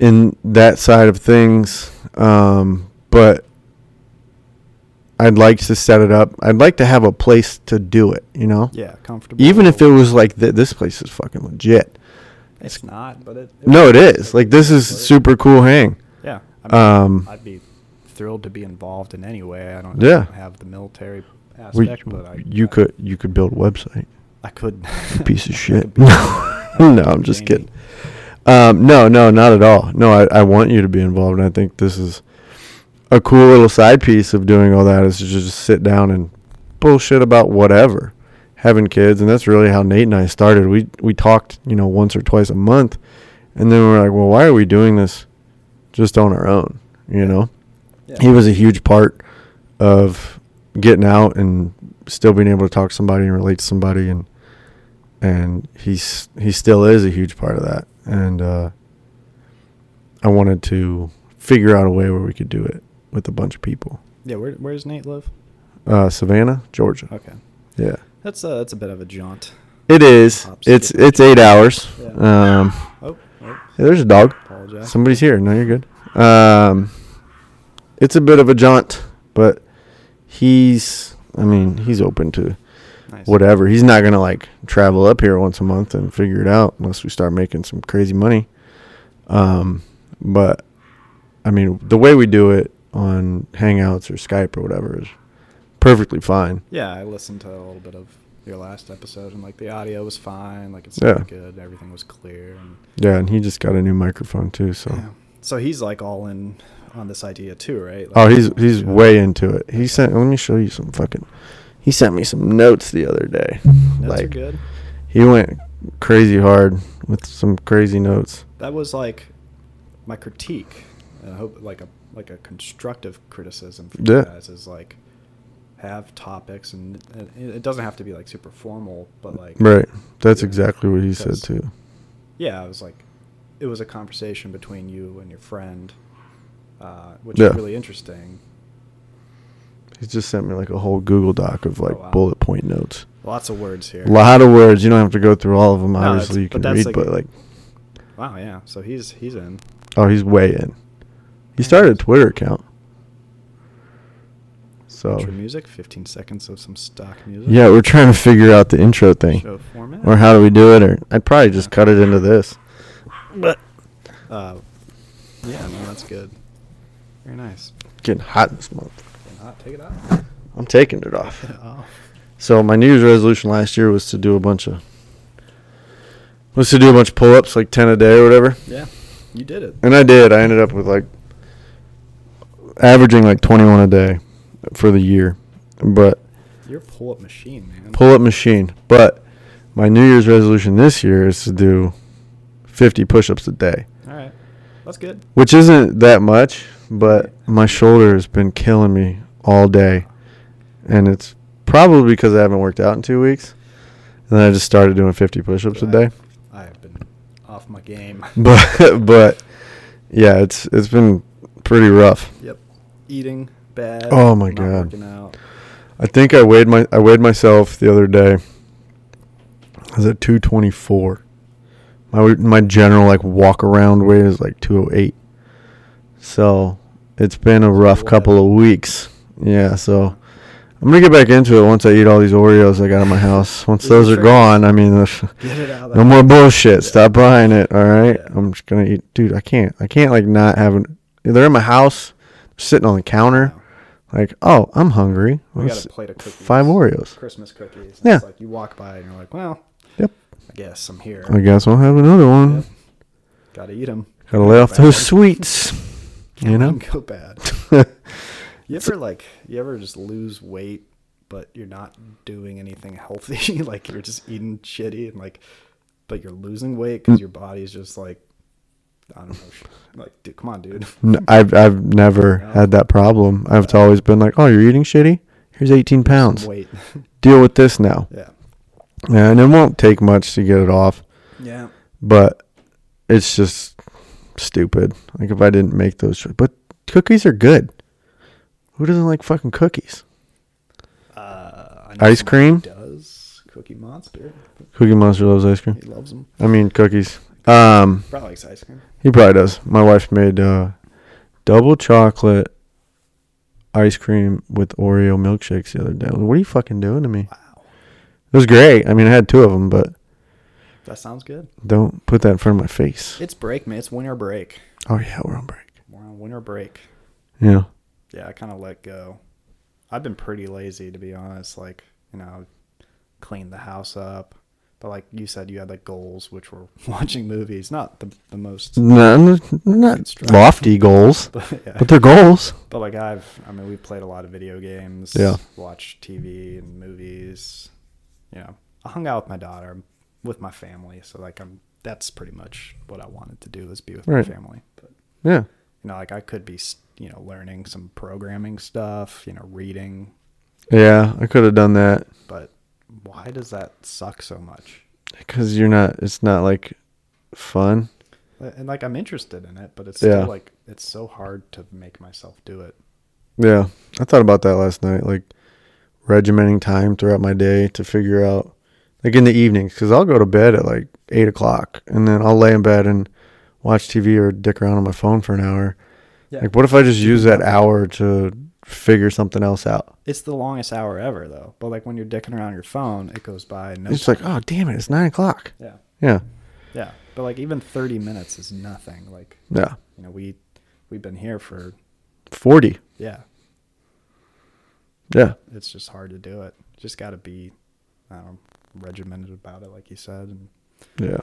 in that side of things. Um, but I'd like to set it up. I'd like to have a place to do it. You know, yeah comfortable. even if it was like th- this place is fucking legit. it's not, but it, it No, it works. is. Like this is super cool hang. Yeah, I mean, Um, I'd be thrilled to be involved in any way. I don't. Yeah. I don't have the military we, aspect, but I, you I, could you could build a website. I could. piece of I shit. could be no, involved. I'm just kidding. Um, no, no, not at all. No, I, I want you to be involved, and I think this is a cool little side piece of doing all that is to just sit down and bullshit about whatever, having kids, and that's really how Nate and I started. We we talked, you know, once or twice a month, and then we we're like, well, why are we doing this just on our own? You know, Yeah. he was a huge part of getting out and still being able to talk to somebody and relate to somebody and and he's he still is a huge part of that and uh i wanted to figure out a way where we could do it with a bunch of people Yeah, where where does Nate live? uh savannah georgia Okay, yeah that's a that's a bit of a jaunt. it is it's it's eight hours Yeah. um Oh, oh hey, there's a dog apologize. Somebody's here. No, you're good. Um, it's a bit of a jaunt, but he's. I mean, he's open to Nice. whatever. He's not gonna like travel up here once a month and figure it out unless we start making some crazy money. Um, but I mean, the way we do it on Hangouts or Skype or whatever is perfectly fine. Yeah, I listened to a little bit of your last episode, and like the audio was fine. Like it's Yeah. good. Everything was clear. And, Yeah, and he just got a new microphone too. So, yeah. So he's like all in on this idea too, right? oh, Like, he's he's yeah. way into it. He sent. Let me show you some fucking. He sent me some notes the other day. Notes are like, good. He went crazy hard with some crazy notes. That was like my critique, and I hope like a like a constructive criticism for you Yeah. guys is like have topics, and and it it doesn't have to be like super formal, but like Right. That's Yeah. exactly what he said That's- too. yeah, it was like it was a conversation between you and your friend, uh, which Yeah. is really interesting. He just sent me like a whole Google Doc of like Oh, wow. bullet point notes. Lots of words here. A lot of words. You don't have to go through all of them. No, it's- Obviously, you can but read, that's like- but like, Wow, yeah. So he's he's in. oh, he's way in. He started a Twitter account. So Intro music, 15 seconds of some stock music. yeah, we're trying to figure out the intro thing, Show format. or how do we do it? Or I'd probably just cut it into this. But Uh, yeah, no, that's good. Very nice. getting hot this month. And hot, take it out. I'm taking it off. Oh, So my New Year's resolution last year was to do a bunch of was to do a bunch of pull ups, like ten a day or whatever. yeah, you did it. And I did. I ended up with like averaging like twenty one a day for the year. But You're a pull-up machine, man. pull up machine. But my New Year's resolution this year is to do fifty push ups a day. All right, that's good. Which isn't that much, but my shoulder has been killing me all day. And it's probably because I haven't worked out in two weeks. And then I just started doing fifty push ups a day. I have been off my game. but but yeah, it's it's been pretty rough. Yep. eating bad. Oh my not God. Working out. I think I weighed my I weighed myself the other day. I was at two twenty four. My w- my general like walk around weight is like two oh eight. So it's been a rough Wow. couple of weeks. Yeah, so I'm gonna get back into it once I eat all these Oreos I got in my house. Once Is those it are true? gone, I mean, Get it out. of no the- more bullshit. Stop buying it. All right, Yeah. I'm just gonna eat, dude. I can't. I can't like not have an. They're in my house, sitting on the counter. Like, oh, I'm hungry. We Let's- got a plate of cookies. five Oreos. Christmas cookies. Yeah. Yeah. It's like you walk by and you're like, well, Yep. I guess I'm here. I guess I'll have another one. Yep. Gotta eat them. Gotta lay off those sweets. you know? go bad. You ever like you ever just lose weight, but you're not doing anything healthy? like you're just eating shitty and like, but you're losing weight because your body's just like, I don't know. sh- Like, dude, come on, dude. N- I've I've never had that problem. I've always been like, oh, you're eating shitty. Here's 18 pounds. Weight. Deal with this now. yeah. And it won't take much to get it off, Yeah. but it's just stupid. Like if I didn't make those, cho- but cookies are good. Who doesn't like fucking cookies? Uh, I Ice someone who cream? does Cookie Monster. Cookie Monster loves ice cream. He loves them. I mean cookies. Um, Probably likes ice cream. He probably does. My wife made uh, double chocolate ice cream with Oreo milkshakes the other day. I was like, What are you fucking doing to me? Wow, It was great. I mean, I had two of them, but that sounds good. don't put that in front of my face. It's break, man. It's winter break. Oh yeah, we're on break. We're on winter break. Yeah, yeah, I kind of let go. I've been pretty lazy to be honest. Like, you know, cleaned the house up. But like you said, you had like goals, which were watching movies. Not the, the most, not, not Construct- lofty goals, but yeah. but they're goals. But like I've, I mean, we played a lot of video games. Yeah. Watched TV and movies. You know, I hung out with my daughter, with my family. So like I'm, that's pretty much what I wanted to do is be with Right. my family. But Yeah, you know, like I could be, s- you know, learning some programming stuff. You know, reading. yeah. I could have done that but why does that suck so much? because you're not. It's not like fun. And like I'm interested in it, but it's Yeah. still like it's so hard to make myself do it. Yeah, I thought about that last night, like regimenting time throughout my day to figure out, like in the evenings, because I'll go to bed at like eight o'clock, and then I'll lay in bed and watch TV or dick around on my phone for an hour. Yeah. Like, what if I just use that hour to figure something else out? It's the longest hour ever though. But like when you're dicking around your phone, it goes by and no It's like, oh damn it, it's nine o'clock. Yeah. Yeah, Yeah. But like even 30 minutes is nothing. Like, yeah, you know, we we've been here for forty. yeah, Yeah, it's just hard to do it. Just got to be I don't know, regimented about it like you said and yeah,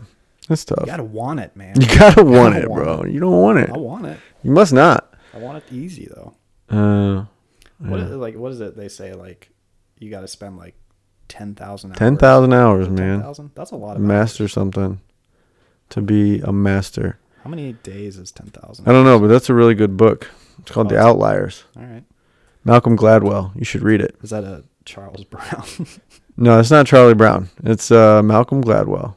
that's tough. you got to want it, man. You gotta want gotta it, want bro. You don't want it. I want it. You must not. I want it easy though. Uh, What yeah. is, like what is it they say like you got to spend like ten thousand ten thousand hours, man. 10,000? That's a lot of hours. master something to be a master How many days is ten thousand? i don't know but that's a really good book it's called the Awesome. outliers All right, malcolm gladwell you should read it is that a Charles Brown? no it's not charlie brown it's uh, malcolm gladwell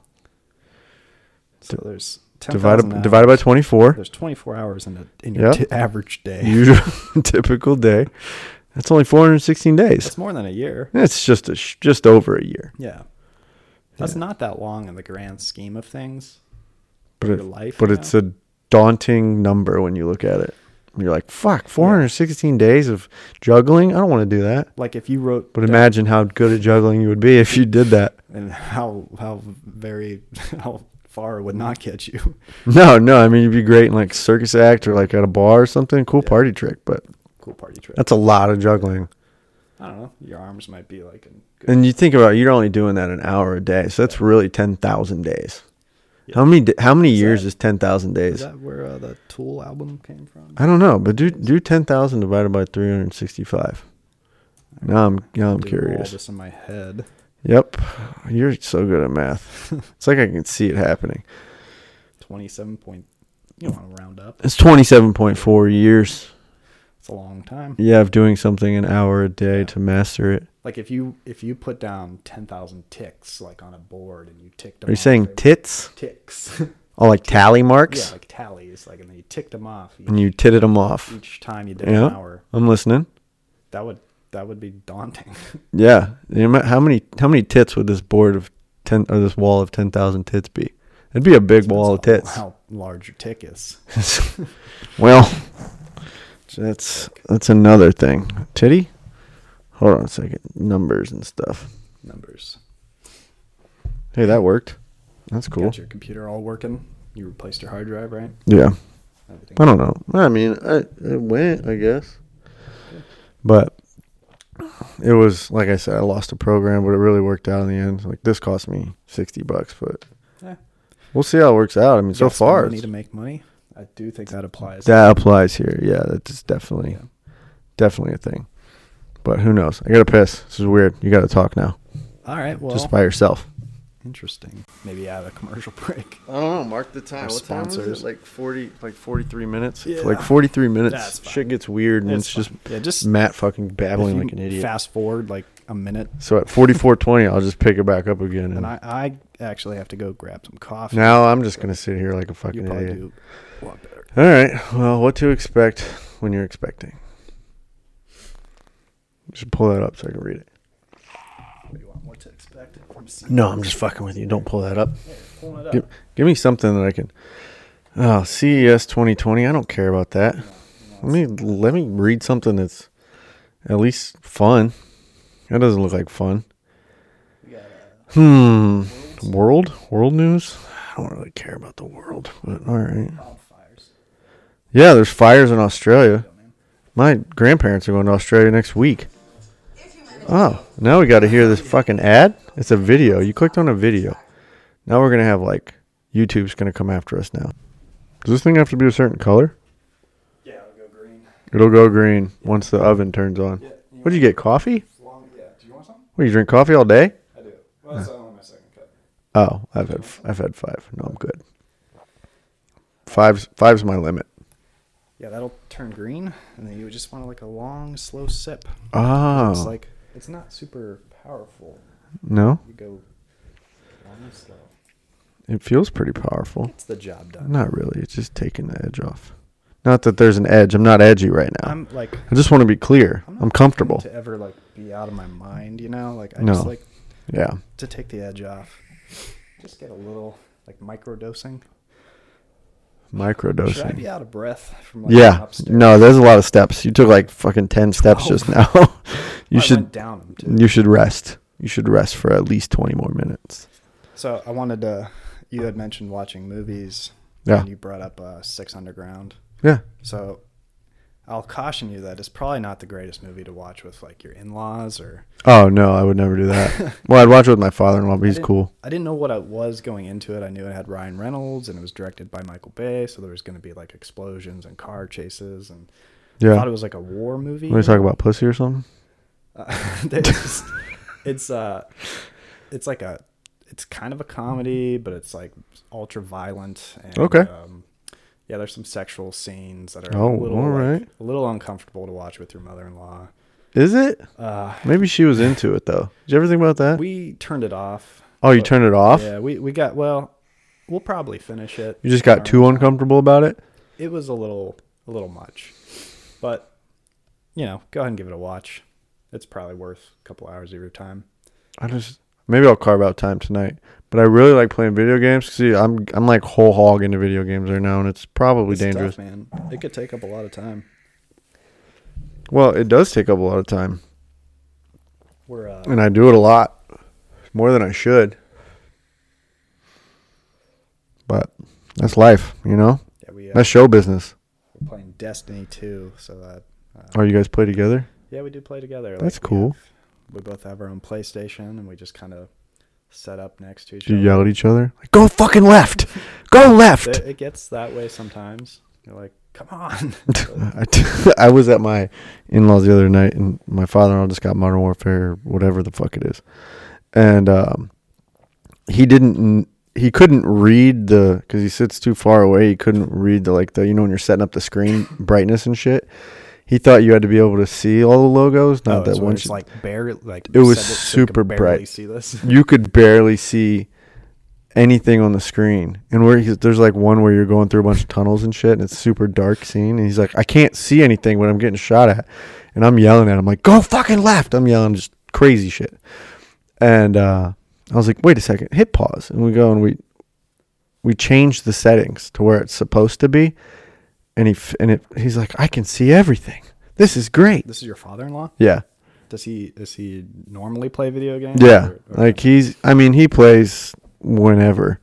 so there's ten divided, thousand. divided by 24 There's twenty four hours in a in your Yep. t- average day. usual typical day that's only 416 days That's more than a year. it's just a sh- just over a year Yeah, that's Yeah. not that long in the grand scheme of things. but, Your it, life, but you it's a daunting number when you look at it you're like fuck 416 days of juggling i don't want to do that Like if you wrote, but imagine how good at juggling you would be if you did that and how how very how far it would not get you. No, no. I mean, you'd be great in like circus act or like at a bar or something. Cool party trick, but Cool party trip. that's a lot of juggling. I don't know. Your arms might be like in good. And you think about it, you're only doing that an hour a day, so that's really ten thousand days. How many d- how many years is that- ten thousand days? Is that where uh, the Tool album came from? I don't know, but do do ten thousand divided by three hundred sixty five. Now I'm now I'm Doing All curious. this in my head. Yep, you're so good at math. It's like I can see it happening. Twenty-seven point. You don't want to round up. It's twenty seven point four years. It's a long time. Yeah, of doing something an hour a day to master it. Like if you if you put down ten thousand ticks like on a board and you ticked. Are you saying tits? ticks? Oh, like tally Yeah, marks, like tallies, like, and then you ticked them off each, and you titted them off. each time you did Yeah, an hour. I'm listening. That would that would be daunting. Yeah, You ma- how many how many tits would this board of ten or this wall of ten thousand tits be? It'd be a big wall of Depends tits. on How large your tick is? well, that's that's another thing. Titty. Hold on a second. Numbers and stuff. Numbers. Hey, that worked. That's cool. Got your computer all working. You replaced your hard drive, right? Yeah. Everything. I don't know. I mean, I, it went, I guess. But it was like I said, I lost a program, but it really worked out in the end. Like this cost me sixty bucks, but Yeah. we'll see how it works out. I mean, so Gotta spend far money it's- to make money. I do think that applies. that applies here. Yeah, that's definitely, Yeah. definitely a thing. But who knows? I gotta piss. This is weird. You gotta talk now, all right. Well, just by yourself. interesting. Maybe out of commercial break. I don't know. Mark the time. Our What time was it? sponsors. Like forty, like forty-three minutes. Yeah. Like forty-three minutes. That's fine. Shit gets weird, and It's Mm, it's, just fine. Yeah, just- Matt fucking If babbling you like an idiot. Fast forward like a minute, So at 44:20, I'll just pick it back up again. And, and I, I actually have to go grab some coffee. now I'm just gonna sit here like a you fucking probably idiot. do a lot better. All right. Well, what to expect when you're expecting? Just pull that up so I can read it. What do you want? What to expect from C- No, I'm just fucking with you. Don't pull that up. Pulling it up. Give, give me something that I can. Oh, CES 2020. I don't care about that. Let me let me read something that's at least fun. That doesn't look like fun. We got, uh, Hmm. World? World news? I don't really care about the world, but all right. bonfires. Yeah, there's fires in Australia. My grandparents are going to Australia next week. Oh, now we got to hear this fucking ad. It's a video. You clicked on a video. Now we're going to have like YouTube's going to come after us now. Does this thing have to be a certain color? Yeah, I'll go green. It'll go green once the oven turns on. What'd you get? Coffee? Long, yeah. Do you want some? What, you drink coffee all day? I do. Well, that's only my second cup. Oh, I've had f- I've had five. No, I'm good. Five's five's my limit. Yeah, that'll turn green, and then you would just want like a long, slow sip. Oh, It's like it's not super powerful. no, You go long and slow. it feels pretty powerful. It's the job done. Not really. It's just taking the edge off. Not that there's an edge. I'm not edgy right now. I'm like I just want to be clear. I'm I'm, not comfortable. to ever like be out of my mind, you know? Like I No. just like Yeah. to take the edge off. Just get a little like microdosing. Should I be Microdosing. out of breath from like Yeah. upstairs? No, there's a lot of steps. You took like fucking 10 steps just now. you I should went down 'em, too. you should rest. You should rest for at least 20 more minutes. So I wanted to. You had mentioned watching movies. Yeah. And you brought up uh, Six Underground. Yeah. So I'll caution you that it's probably not the greatest movie to watch with like your in-laws or. Oh, no, I would never do that. well, I'd watch it with my father-in-law, but I he's didn't- cool. I didn't know what I was going into it. I knew it had Ryan Reynolds and it was directed by Michael Bay, so there was going to be like explosions and car chases and. I Yeah. thought it was like a war movie. Let me talk about pussy or something. Uh, there's- it's uh, it's like a, it's kind of a comedy, but it's like ultra violent. And, Okay. Um, yeah, there's some sexual scenes that are Oh, a little all like, right. a little uncomfortable to watch with your mother-in-law. Is it? Uh, Maybe she was into it though. Did you ever think about that? we turned it off. oh, you but- turned it off? Yeah, we we got well. We'll probably finish it. Um, You just got too uncomfortable about it? It was a little a little much, but you know, go ahead and give it a watch. It's probably worth a couple hours of your time. I just maybe I'll carve out time tonight. But I really like playing video games. See, I'm I'm like whole hog into video games right now, and it's probably It's dangerous. tough, man. It could take up a lot of time. well, it does take up a lot of time, We're uh, and I do it a lot, more than I should. But that's life, you know. yeah, we, uh, That's show business. we're playing Destiny 2, so that uh, Oh, you guys play together? yeah, we do play together. Like, That's we cool. have- We, both have our own PlayStation, and we just kind of set up next to each Do other. you yell at each other? Like, go fucking left, go left. It, it gets that way sometimes. You're like, come on. I, t- I was at my in laws the other night, and my father in law just got Modern Warfare, or whatever the fuck it is, and um, he didn't, he couldn't read the because he sits too far away. He couldn't read the like the you know when you're setting up the screen brightness and shit. He thought you had to be able to see all the logos, not Oh, that so one. It's sh- like barely like It was said that so you could super barely bright. See this? you could barely see anything on the screen. And where he's, there's like one where you're going through a bunch of tunnels and shit, and it's super dark scene. And he's like, I can't see anything when I'm getting shot at, and I'm yelling at him like, go fucking left. I'm yelling just crazy shit. And uh, I was like, wait a second, hit pause. And we go and we we changed the settings to where it's supposed to be. And he f- and it, he's like, I can see everything. This is great. This is your father-in-law. Yeah. Does he does he normally play video games? Yeah. Or- or- Like he's I mean, he plays whenever,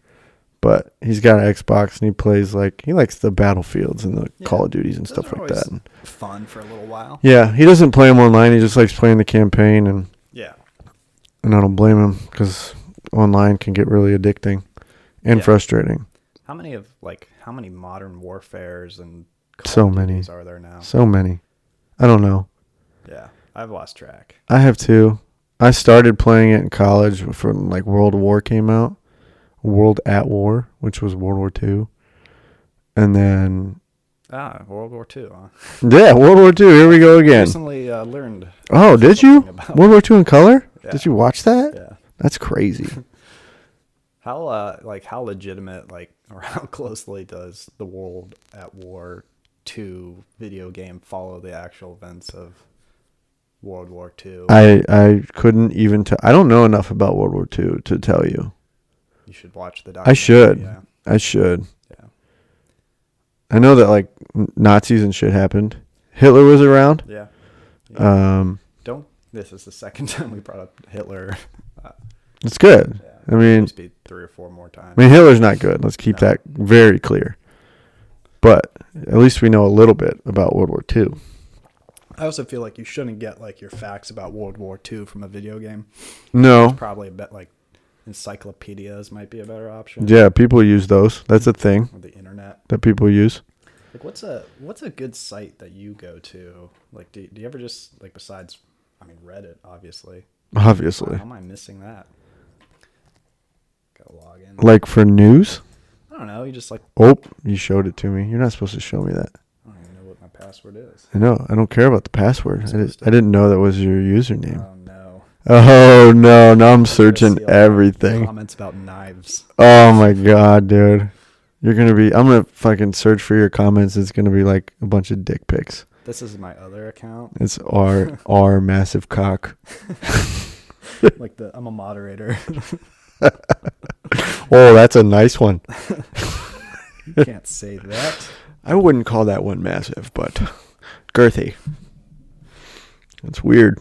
but he's got an Xbox and he plays like he likes the Battlefields and the Yeah. Call of Duties and Those stuff are like that. always Fun for a little while. Yeah, he doesn't play them online. He just likes playing the campaign and Yeah. and I don't blame him cuz online can get really addicting and Yeah. frustrating. How many of like how many modern warfares and Call So of many. Duties are there now? So many. I don't know. Yeah, I've lost track. I have too. I started playing it in college from like World War came out, World at War, which was World War Two, and then Ah, World War Two. Huh? yeah, World War Two. Here we go again. Recently uh, learned. Oh, did you something about- World War Two in color? Yeah. Did you watch that? Yeah. That's crazy. How uh like how legitimate like or how closely does the World at War Two video game follow the actual events of World War Two? I I couldn't even. tell. I don't know enough about World War Two to tell you. You should watch the. I documentary, should. Yeah. I should. Yeah. I know that like n- Nazis and shit happened. Hitler was around. Yeah. Um, Don't. This is the second time we brought up Hitler. Uh, it's good. yeah. I mean, Just be three or four more times. I mean, Hitler's not good. Let's keep No. that very clear. But at least we know a little bit about World War II. I also feel like you shouldn't get like your facts about World War II from a video game. No. Probably a bit like encyclopedias might be a better option. Yeah, people use those. That's a thing Or the internet. that people use. Like what's a what's a good site that you go to? Like do, do you ever just like besides I mean Reddit obviously. Obviously. How am I missing that? Gotta log in. Like for news? I don't know, you just like Oh, you showed it to me. You're not supposed to show me that. I don't even know what my password is. I know. I don't care about the password. I, did, I didn't know that was your username. Oh no. Oh, no. Now I'm searching see all the everything. Comments about knives. Oh, my God, dude. You're going to be. I'm going to fucking search for your comments. It's going to be like a bunch of dick pics. This is my other account. It's our our massive cock. like the I'm a moderator. Oh, that's a nice one. you can't say that. I wouldn't call that one massive, but girthy. That's weird.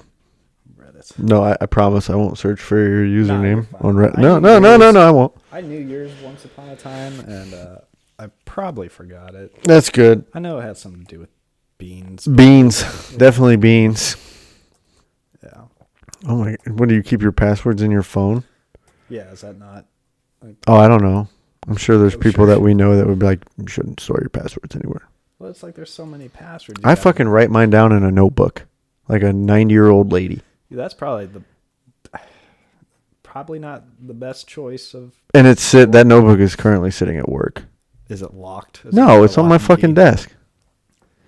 Reddit. No, I, I promise I won't search for your you're username fine. on Reddit. I No, can no, no, no, use- no, I won't. I knew yours once upon a time, and uh, I probably forgot it. That's good. I know it had something to do with beans. Mm. Beans, definitely beans. Yeah. Oh my! What do you keep your passwords in your phone? Yeah. Is that not? Oh, I don't know. I'm sure there's I'm people Oh, sure. that we know that would be like, you shouldn't store your passwords anywhere. Well, it's like there's so many passwords. you I gotta- fucking write mine down in a notebook, like a 90 year old lady. That's probably the. Probably not the best choice of. And it's sit that notebook is currently sitting at work. Is it locked? Is it No, a it's on my lock and fucking key? desk.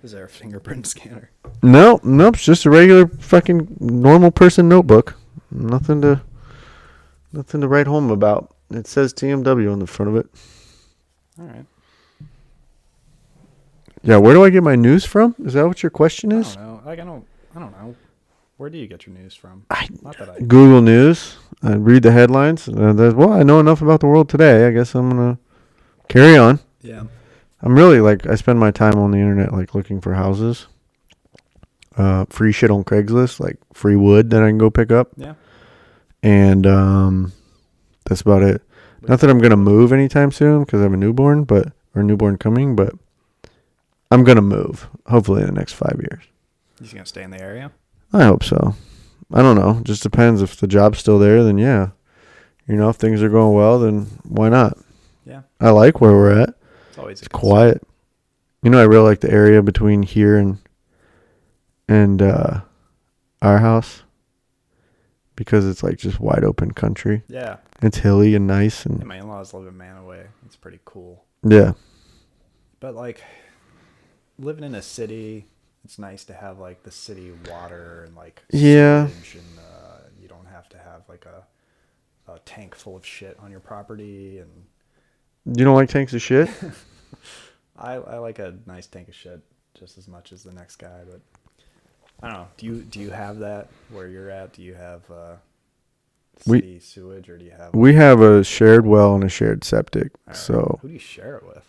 Is there a fingerprint scanner? No, nope, it's just a regular fucking normal person notebook. Nothing to nothing to write home about. It says TMW on the front of it. All right. Yeah, where do I get my news from? Is that what your question I is? don't know. Like I don't. I don't know. Where do you get your news from? I, Not that I. Google News. I read the headlines. Uh, there's- well, I know enough about the world today. I guess I'm gonna carry on. Yeah. I'm really like I spend my time on the internet like looking for houses. Uh, free shit on Craigslist, like free wood that I can go pick up. Yeah. and um, that's about it. Not that I'm gonna move anytime soon because I have a newborn, but or newborn coming, but I'm gonna move hopefully in the next five years. He's gonna stay in the area. I hope so. I don't know. Just depends if the job's still there. Then yeah, you know if things are going well, then why not? Yeah. I like where we're at. It's always a It's good quiet. You know, I really like the area between here and and uh, our house because it's like just wide open country. sign. Yeah. It's hilly and nice and Yeah, my in-laws live in Manaway. It's pretty cool. Yeah. But like living in a city, it's nice to have like the city water and like Yeah. sewage and uh, you don't have to have like a, a a tank full of shit on your property, and You don't like tanks of shit? I, I like a nice tank of shit just as much as the next guy. But I don't know. Do you do you have that where you're at? Do you have uh, We- city sewage, or do you have? we have a shared well and a shared septic, Alright, so who do you share it with?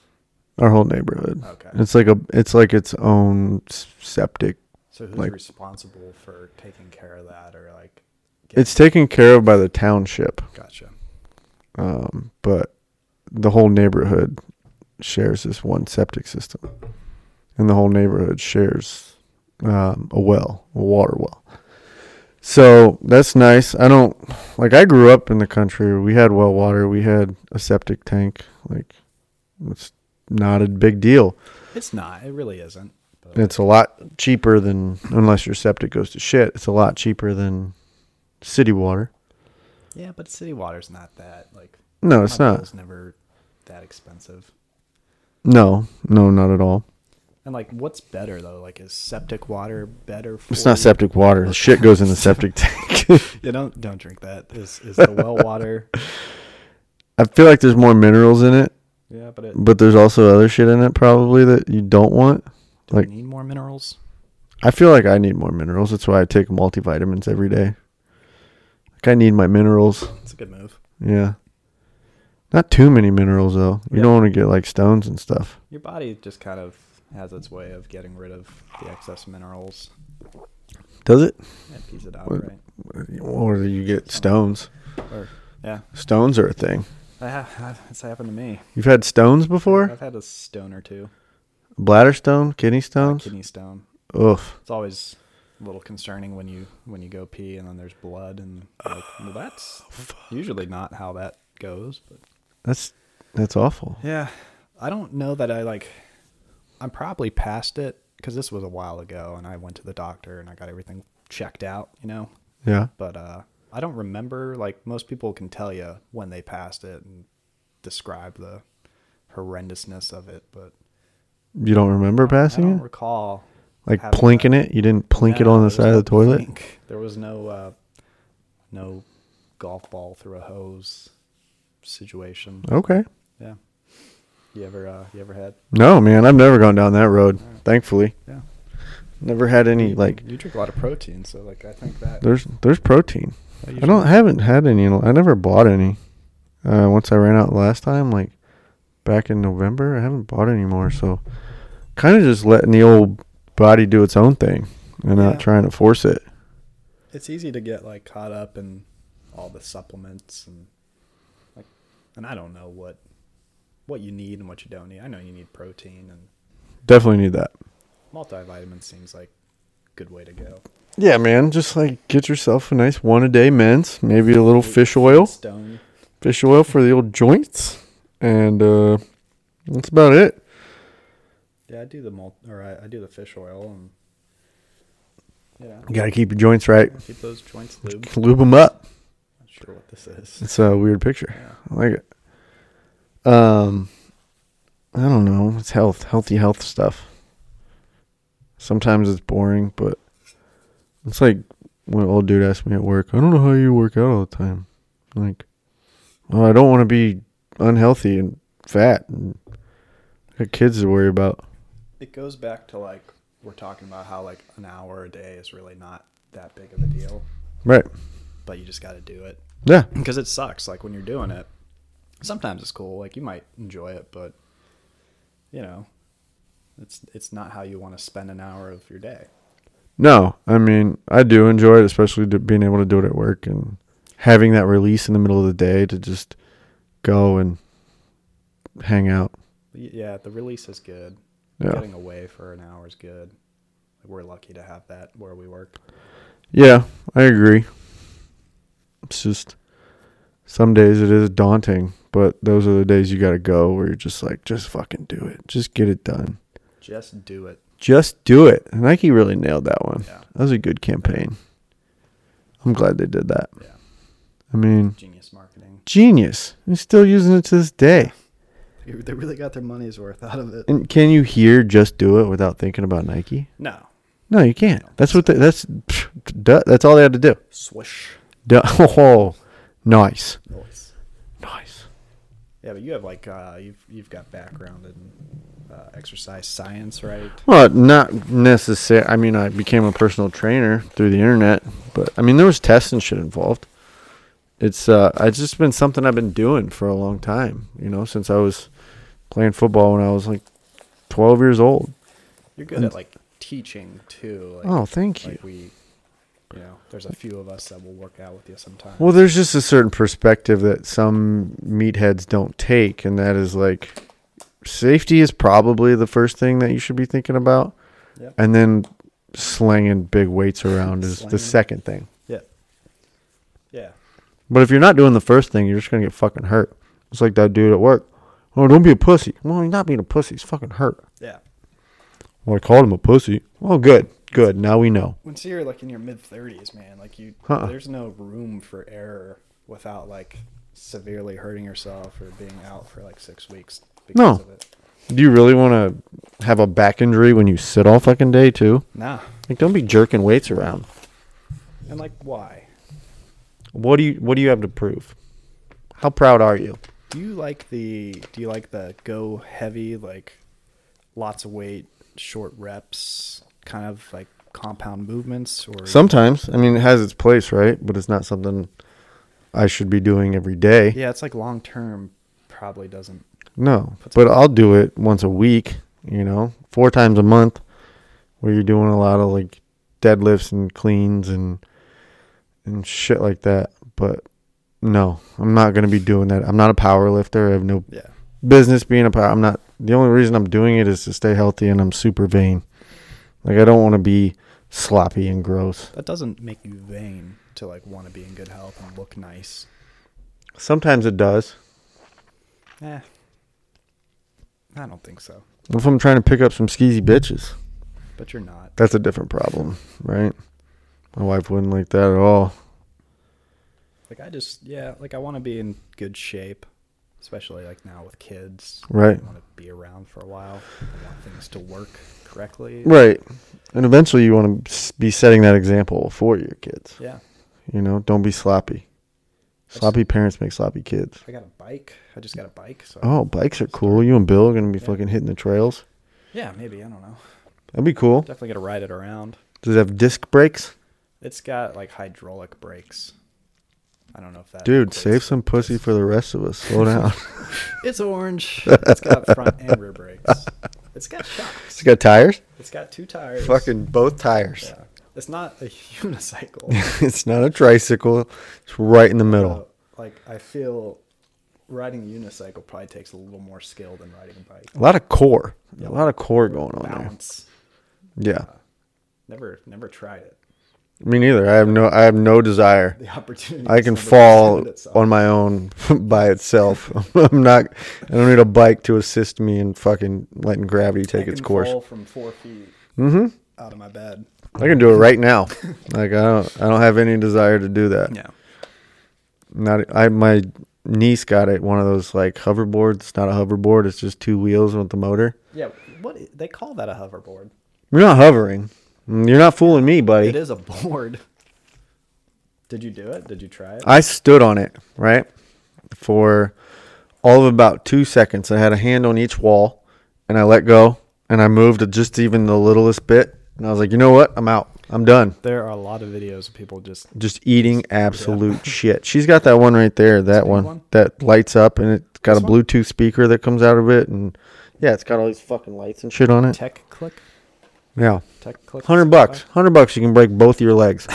our whole neighborhood. Okay. It's like a it's like its own s- septic. So who's like- responsible for taking care of that, or like? get- It's taken care of by the township, gotcha. um, but the whole neighborhood shares this one septic system, and the whole neighborhood shares um, a well, a water well. So that's nice. I don't like. I grew up in the country. We had well water. We had a septic tank. Like, it's not a big deal. It's not. It really isn't. But It's a lot cheaper than unless your septic goes to shit. It's a lot cheaper than city water. yeah, but city water's not that like. No, it's my not. bill's never that expensive. No, no, not at all. And like, what's better though? Like, is septic water better? For It's not you? septic water. The shit goes in the septic tank. Yeah, don't don't drink that. Is is the well water? I feel like there's more minerals in it, Yeah, but it, but there's also other shit in it probably that you don't want. do like- we need more minerals? I feel like I need more minerals. That's why I take multivitamins every day. Like I need my minerals. It's a good move. Yeah. Not too many minerals though. You Yeah. don't want to get like stones and stuff. Your body just kind of has its way of getting rid of the excess minerals. Does it? It pees it out, Well- right? Or you get stones. Or yeah, Stones are a thing. I have, it's happened to me. You've had stones before? I've had a stone or two, Bladder stone, kidney a stones? kidney stone. Ugh. It's always a little concerning when you when you go pee and then there's blood and like, well, that's usually not how that goes. But That's that's awful. yeah, I don't know that I like. I'm probably past it because this was a while ago, and I went to the doctor and I got everything checked out. You know, Yeah. but uh, I don't remember. Like most people can tell you when they passed it and describe the horrendousness of it, but You don't remember I don't passing it? recall Like having plinking that. it? You didn't plink it No, on there the was side of no the toilet? plink. There was no uh, no golf ball through a hose situation. Okay. Yeah. You ever uh, you ever had? No, man, I've never gone down that road. Thankfully, Yeah. never had any You- like. you drink a lot of protein, so like I think that There's there's protein. I I don't haven't had any. I never bought any. Uh, once I ran out last time, like back in November, I haven't bought any more. So, kind of just letting the old body do its own thing and Yeah. not trying to force it. it's easy to get like caught up in all the supplements and like and I don't know what what you need and what you don't need. I know you need protein and Definitely need that. multivitamin seems like a good way to go. Yeah, man. Just like get yourself a nice one a day mince, maybe a little fish oil, Stone. fish oil for the old joints, and uh, that's about it. Yeah, I do the mul- or I, I do the fish oil and you know You gotta keep your joints right. keep those joints lubed. Lube them up. Not sure what this is. It's a weird picture. Yeah. I like it. Um, I don't know. It's health, healthy health stuff. Sometimes it's boring, but it's like when an old dude asked me at work, "I don't know how you work out all the time." I'm like, well, I don't want to be unhealthy and fat and got kids to worry about. It goes back to like we're talking about how like an hour a day is really not that big of a deal, Right? but you just got to do it Yeah. because it sucks. Like when you're doing it, sometimes it's cool. Like you might enjoy it, but you know, it's it's not how you want to spend an hour of your day. No, I mean I do enjoy it, especially to being able to do it at work and having that release in the middle of the day to just go and hang out. But y- yeah, the release is good. Yeah. Getting away for an hour is good. We're lucky to have that where we work. Yeah, I agree. It's just some days it is daunting, but those are the days you got to go where you're just like, just fucking do it, just get it done, Just do it. just do it. And Nike really nailed that one. Yeah. That was a good campaign. I'm glad they did that. Yeah. I mean, Genius marketing. genius. I'm still using it to this day. They they really got their money's worth out of it. And can you hear "just do it" without thinking about Nike? No. No, you can't. That's what they, that's pff, duh, that's all they had to do. Swish. Duh. Oh, Nice. Noise. Nice. Yeah, but you have like uh, you've you've got background in uh, exercise science, right? Well, not necessary. I mean, I became a personal trainer through the internet, but I mean, there was tests and shit involved. It's uh, it's just been something I've been doing for a long time. You know, since I was playing football when I was like twelve years old. You're good at like teaching too. Like, Oh, thank like you. we, you know, there's a few of us that will work out with you sometimes. Well, there's just a certain perspective that some meatheads don't take, and that is like safety is probably the first thing that you should be thinking about, yeah, and then slinging big weights around is the Slinging. second thing. yeah, yeah. But if you're not doing the first thing, you're just gonna get fucking hurt. It's like that dude at work. Oh, don't be a pussy. Well, you're not being a pussy. He's fucking hurt. yeah. Well, I called him a pussy. Well, good, good. Now we know. Once you're like in your mid 30s, man, like you, Huh. there's no room for error without like severely hurting yourself or being out for like six weeks because No. of it. Do you really want to have a back injury when you sit all fucking day too? Nah, Like, don't be jerking weights around. and like why? What do you What do you have to prove? How proud are you? Do you like the do you like the go heavy like lots of weight, short reps, kind of like compound movements or Sometimes, I mean, it has its place, right? But it's not something I should be doing every day. Yeah, it's like long term probably doesn't. No, Puts but I'll do it once a week, you know, four times a month, where you're doing a lot of like deadlifts and cleans and and shit like that. But no, I'm not gonna be doing that. I'm not a power lifter. I have no Yeah. business being a power. I'm not. The only reason I'm doing it is to stay healthy, and I'm super vain. Like I don't want to be sloppy and gross. That doesn't make you vain to like want to be in good health and look nice. Sometimes it does. Eh. I don't think so. If I'm trying to pick up some skeezy bitches. But you're not. That's a different problem, right? My wife wouldn't like that at all. Like I just yeah, like I want to be in good shape, especially like now with kids. Right. I want to be around for a while. I want things to work correctly. Right. And eventually you want to be setting that example for your kids. Yeah. You know, don't be sloppy. Sloppy parents make sloppy kids. I got a bike. I just got a bike. So Oh, bikes are cool. You and Bill are going to be fucking hitting the trails. yeah, maybe I don't know. That'd be cool. Definitely gonna ride it around. Does it have disc brakes? It's got like hydraulic brakes. I don't know if that. Dude, equates save to some pussy for the rest of us. Slow down. It's orange. It's got front and rear brakes. It's got it's shocks. got tires? It's got two tires. Fucking both tires. Yeah. It's not a unicycle. it's not a tricycle. It's right in the middle. So, like I feel riding a unicycle probably takes a little more skill than riding a bike. A lot of core. A lot of core going on there. Balance. Yeah. Never never tried it. Me neither. I have no I have no desire. The opportunity. I has can never fall presented itself. on my own by itself. I'm not. I don't need a bike to assist me in fucking letting gravity I take its Mm-hmm. can course. Fall from four feet out of my bed. I can do it right now. like I don't. I don't have any desire to do that. Yeah. Not. I my niece got it. One of those like hoverboards. It's not a hoverboard. It's just two wheels with the motor. Yeah. What i- they call that a hoverboard? You're not hovering. Mm, You're not fooling me, buddy. It is a board. Did you do it? Did you try it? I stood on it, right? For all of about two seconds. I had a hand on each wall and I let go and I moved just even the littlest bit. And I was like, you know what? I'm out. I'm done. there are a lot of videos of people just Just eating absolute shit. She's got that one right there, that one, one? that lights up and it's got a Bluetooth speaker that comes out of it. And yeah, it's got all these fucking lights and shit on it. tech click, Yeah. tech click. 100 bucks. 100 bucks. You can break both your legs.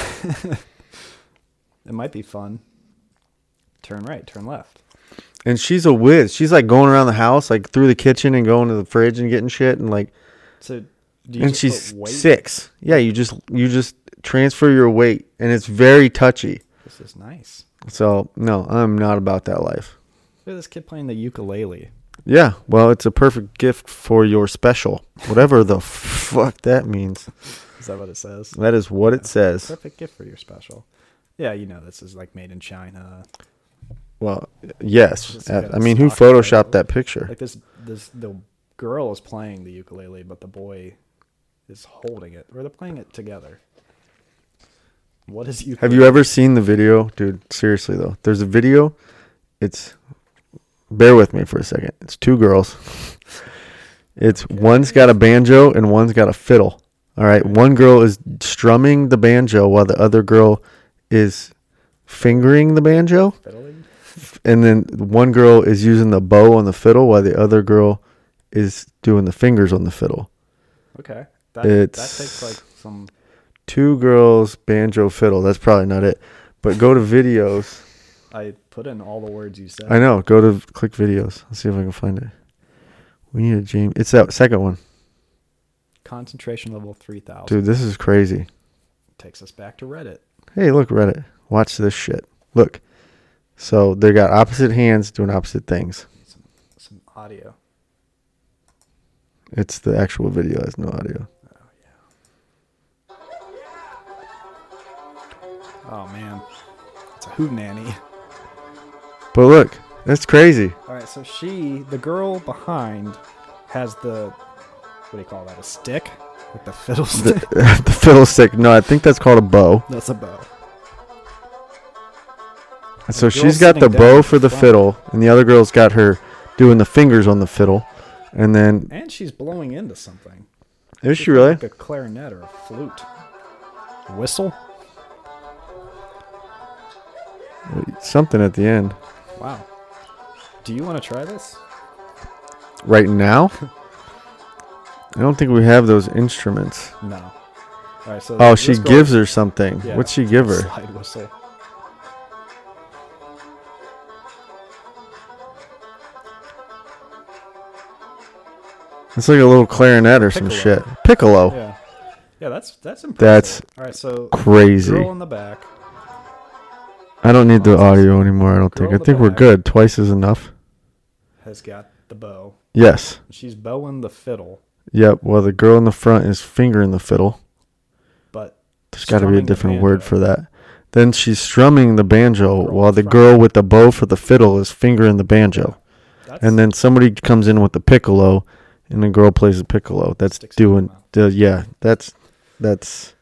It might be fun. Turn right, turn left. And she's a whiz. She's like going around the house, like through the kitchen and going to the fridge and getting shit and like So do you and just she's put weight? six. Yeah, you just you just transfer your weight, and it's very touchy. This is nice. So no, I'm not about that life. Look at this kid playing the ukulele. Yeah, well, it's a perfect gift for your special, whatever the fuck that means. Is that what it says? That is what it says. Perfect gift for your special. Yeah, you know this is like made in China. Well, yes. uh, It's got I mean, who stock photo. photoshopped that picture? Like this, this the girl is playing the ukulele, but the boy is holding it, or they're playing it together. What is you? Have you ever seen the video, dude? Seriously though, there's a video. It's bear with me for a second. It's two girls. It's one's got a banjo and one's got a fiddle. All right, one girl is strumming the banjo while the other girl is fingering the banjo, fiddling? and then one girl is using the bow on the fiddle while the other girl is doing the fingers on the fiddle. Okay, that, that It's- takes like some. Two girls, banjo, fiddle. That's probably not it. But go to videos. I put in all the words you said. I know. Go to click videos. Let's see if I can find it. We need a James. It's that second one, Concentration level three thousand dude. This is crazy. takes us back to Reddit. Hey, look, Reddit. Watch this shit. Look. So they got opposite hands doing opposite things. Some some audio. It's the actual video. Has no audio. Oh man, it's a hoot nanny. But look, that's crazy. All right, so she, the girl behind, has the what do you call that? A stick, like the fiddle The, stick. the fiddlestick. No, I think that's called a bow. That's a bow. And so The she's girl's got the sitting down bow in for the front. fiddle, and the other girl's got her doing the fingers on the fiddle. And then And she's blowing into something. is It's she really? Like a clarinet or a flute. A whistle? Something at the end. Wow. Do you want to try this? Right now? I don't think we have those instruments. No. All right, so Oh, Uh, this she girl- gives her something. Yeah, What'd she give her? Slide whistle. It's like a little clarinet or some Piccolo. shit. Piccolo. Yeah. Yeah, that's that's impressive. Oh. That's All right, so Crazy. girl in the back. I don't need the audio anymore, I don't Girl think. I in the think we're back. good. Twice is enough. has got the bow. Yes. She's bowing the fiddle, Yep. Well, the girl in the front is fingering the fiddle. but There's got to be a Strumming the different word banjo. for that. Then she's strumming the banjo Girl while in the front. girl with the bow for the fiddle is fingering the banjo. that's And then somebody comes in with the piccolo, and the girl plays the piccolo. That's Sticks it in her doing, mouth. the, yeah. That's that's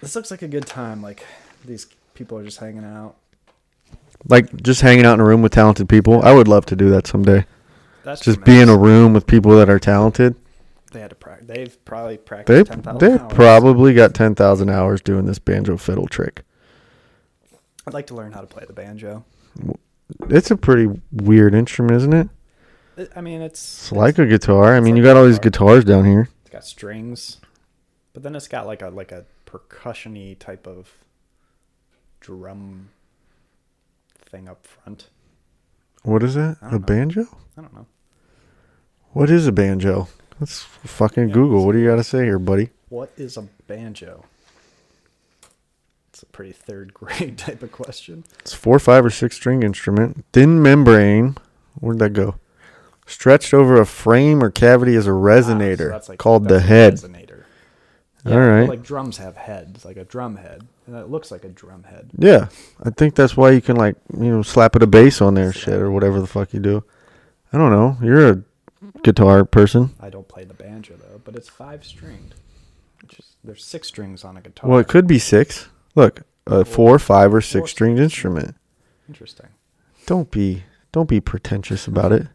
this looks like a good time. Like these people are just hanging out. like just hanging out in a room with talented people. I would love to do that someday. That's Just be in a tremendous. room with people that are talented. They had to practice. They've probably They practiced ten thousand they hours. probably got ten thousand hours doing this banjo fiddle trick. I'd like to learn how to play the banjo. It's a pretty weird instrument, isn't it? I- I mean, it's It's like a guitar. I it's mean, you like a got all these guitar. guitars down here. it's got strings, but then it's got like a like a percussiony type of drum thing up front. What is that? I A don't know. banjo? I don't know. What is a banjo? Let's fucking Yeah, Google. it's- What do you got to say here, buddy? What is a banjo? It's a pretty third grade type of question. It's four, five, or six string instrument. Thin membrane. Where'd that go? Stretched over a frame or cavity as a Ah, so resonator that's like- called the that's a head. Resonator. All right. Like drums have heads, like a drum head, and it looks like a drum head. Yeah, I think that's why you can like you know slap it a bass on there, shit, or whatever the fuck you do. I don't know. You're a guitar person. I don't play the banjo though, but it's five stringed. Which is, there's six strings on a guitar. Well, it could be six. Look, a four, five, or six stringed instrument. Interesting. Don't be don't be pretentious about it.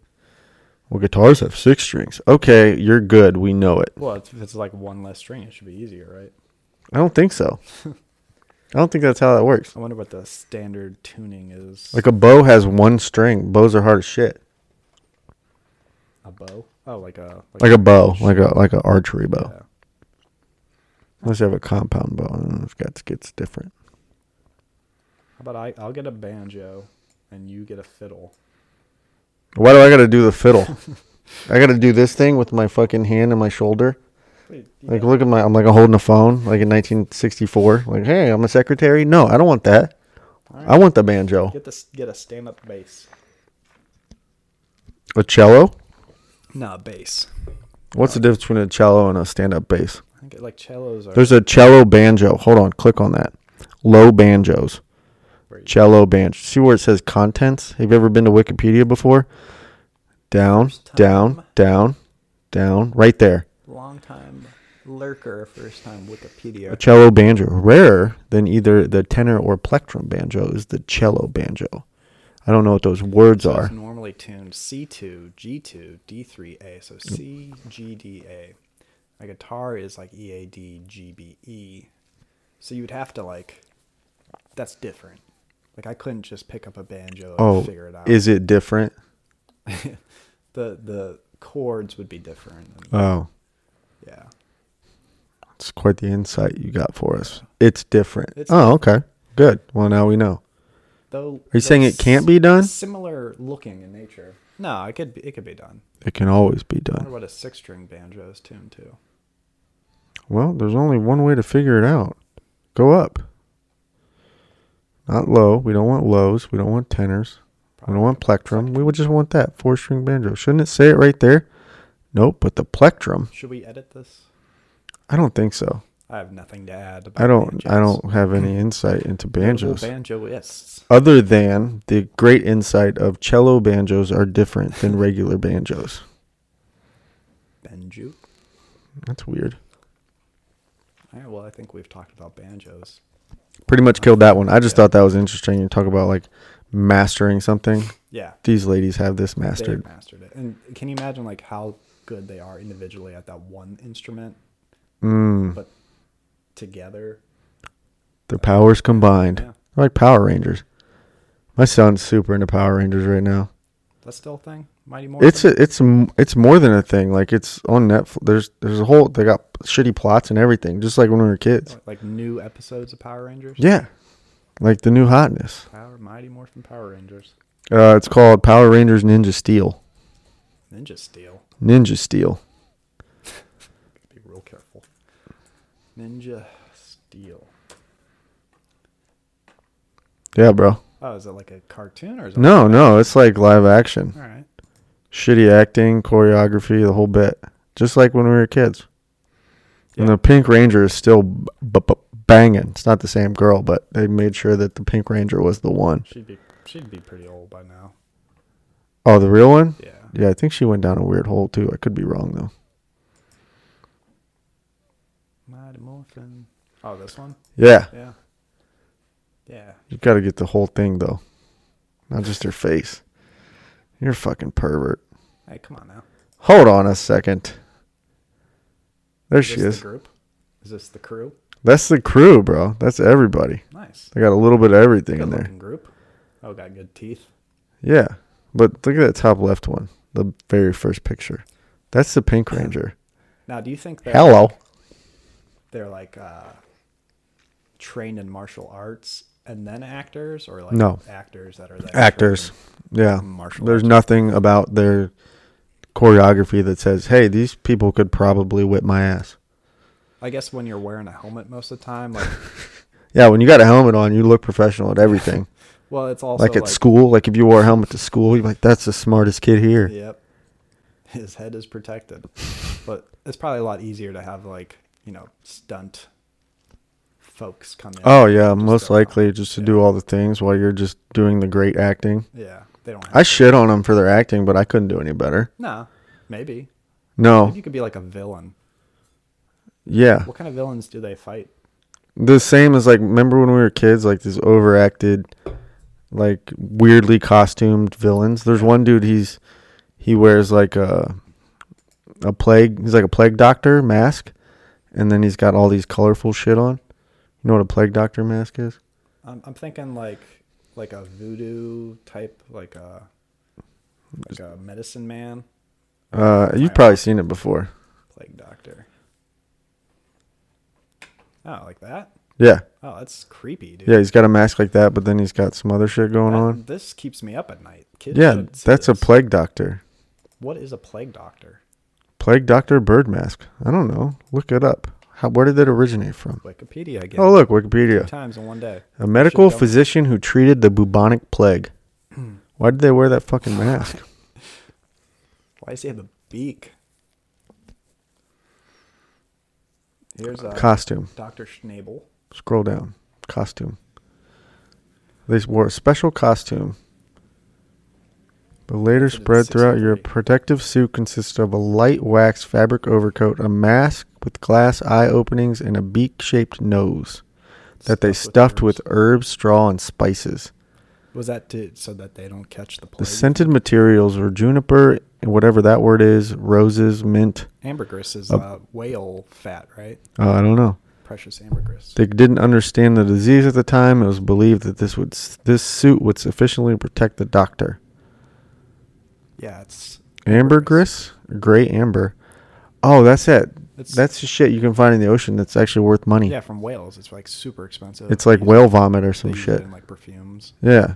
Well, guitars have six strings. Okay, you're good. We know it. Well, it's, if it's like one less string, it should be easier, right? I don't think so. I don't think that's how that works. I wonder what the standard tuning is. Like a bow has one string. Bows are hard as shit. a bow? Oh, like a Like a bow, like a like an archery bow. yeah. Unless you have a compound bow, and it's got gets different. How about I? I'll get a banjo, and you get a fiddle. Why do I got to do the fiddle? I got to do this thing with my fucking hand and my shoulder. Wait, you Like, got- look at my. I'm like I'm holding a phone, like in 1964. Like, hey, I'm a secretary. No, I don't want that. all right. I want the banjo, get this. Get a stand-up bass. a cello. Nah, bass. What's the difference between a cello and a stand-up bass? I think it, like cellos are. There's a cello banjo. Hold on, click on that. Low banjos, where you- cello banjo. See where it says contents? Have you ever been to Wikipedia before? Down, First down, time. down, down. Right there. long time Lurker, first time Wikipedia. A cello banjo, rarer than either the tenor or plectrum banjo, is the cello banjo. I don't know what those words So are. It's normally tuned C2, G2, D3A. So C, G, D, A. A guitar is like E, A, D, G, B, E. So you'd have to like, that's different. Like I couldn't just pick up a banjo and Oh, figure it out. is it different? the the chords would be different. and- Oh, yeah. it's quite the insight you got for us. It's different. It's oh, okay, good. Well, now we know. Though Are you saying it can't be done? Similar looking in nature. No, it could be, it could be done. It can always be I wonder done. what a six string banjo is tuned to. Well, there's only one way to figure it out. Go up. Not low. We don't want lows. We don't want tenors. We don't want plectrum. We would just want that four string banjo. Shouldn't it say it right there? Nope, but the plectrum. Should we edit this? I don't think so. I have nothing to add. About I don't I banjos. don't have any insight into Notable banjos. Banjoists. Other than the great insight of cello banjos are different than regular banjos. Banjo. That's weird. All right, well, I think we've talked about banjos. Pretty much killed that one. I just thought that was interesting. You talk about like mastering something. Yeah, These ladies have this mastered. they've mastered it. And can you imagine like how good they are individually at that one instrument? Hmm. Mm. But together, Their powers combined. Yeah. They're like Power Rangers. My son's super into Power Rangers right now. that's still a thing. Mighty Morphin. It's a, it's a m it's more than a thing. Like it's on Netflix. There's there's a whole they got shitty plots and everything, just like when we were kids. like new episodes of Power Rangers. Yeah, like the new hotness. Power Mighty Morphin Power Rangers. Uh, it's called Power Rangers Ninja Steel. Ninja Steel. Ninja Steel. Be real careful. Ninja Steel. Yeah, bro. Oh, is it like a cartoon or is it No, no, it's like live All action. right. Shitty acting, choreography, the whole bit. Just like when we were kids. And Yeah. the Pink Ranger is still b- b- b- banging. It's not the same girl, but they made sure that the Pink Ranger was the one. She'd be she'd be pretty old by now. Oh, the real one? Yeah. Yeah, I think she went down a weird hole too. I could be wrong though. Mighty Morphin. Oh, this one? Yeah, Yeah. Yeah. you got to get the whole thing though, not just her face. You're a fucking pervert. Hey, come on now. Hold on a second. There Is she this is. the group? Is this the crew? That's the crew, bro. That's everybody. Nice. They got a little bit of everything Good in there. looking group. Oh, got good teeth. Yeah, but look at that top left one, the very first picture. That's the Pink Ranger. Now, do you think they're Hello. they're like uh, trained in martial arts and then actors or like No. actors that are then Actors. trained Yeah. Martial There's arts. nothing about their choreography that says, "Hey, these people could probably whip my ass." in- I guess when you're wearing a helmet most of the time, like Yeah, when you got a helmet on, you look professional at everything. well, it's also like at school, like if you wore a helmet to school, you're like, that's the smartest kid here. Yep. His head is protected. But it's probably a lot easier to have like, you know, stunt folks come in. Oh yeah, and just most go around. likely just to do all the things while you're just doing the great acting. Yeah. They don't have I shit on them for their acting, but I couldn't do any better. No. Maybe. No, Maybe you could be like a villain. yeah, What kind of villains do they fight? the same as like remember when we were kids, like these overacted, like weirdly costumed villains. There's one dude he's he wears like a a plague. He's like a plague doctor mask, and then he's got all these colorful shit on. You know what a plague doctor mask is? I'm, I'm thinking like like a voodoo type, like a like a medicine man, Uh, you've probably seen it before. plague doctor. Oh, like that? Yeah. Oh, that's creepy, dude. Yeah, he's got a mask like that, but then he's got some other shit going That- on. This keeps me up at night. Kids Yeah, shouldn't see that's a this. plague doctor. What is a plague doctor? Plague doctor bird mask. I don't know. Look it up. How, where did that originate from? Wikipedia again. Oh, look, Two Wikipedia. times in one day. A medical Should've physician who treated the bubonic plague. Why did they wear that fucking mask? done- Why does he have a beak? Here's uh, Costume. Dr. Schnabel. Scroll down. Costume. They wore a special costume but later Put it in spread throughout 603. Europe. Protective suit consisted of a light wax fabric overcoat, a mask with glass eye openings, and a beak shaped nose that they stuffed with herbs, straw, and spices. Was that to, so that they don't catch the plague? The scented materials were juniper, and whatever that word is, roses, mint. ambergris is Uh, uh, whale fat, right? Uh, I don't know. Precious ambergris. They didn't understand the disease at the time. It was believed that this would s- this suit would sufficiently protect the doctor. yeah, it's Ambergris, gray amber. Oh, that's it. It's- that's the shit you can find in the ocean that's actually worth money. Yeah, from whales. It's like super expensive. It's like They whale use it- vomit or they some use it shit. in, like perfumes. Yeah.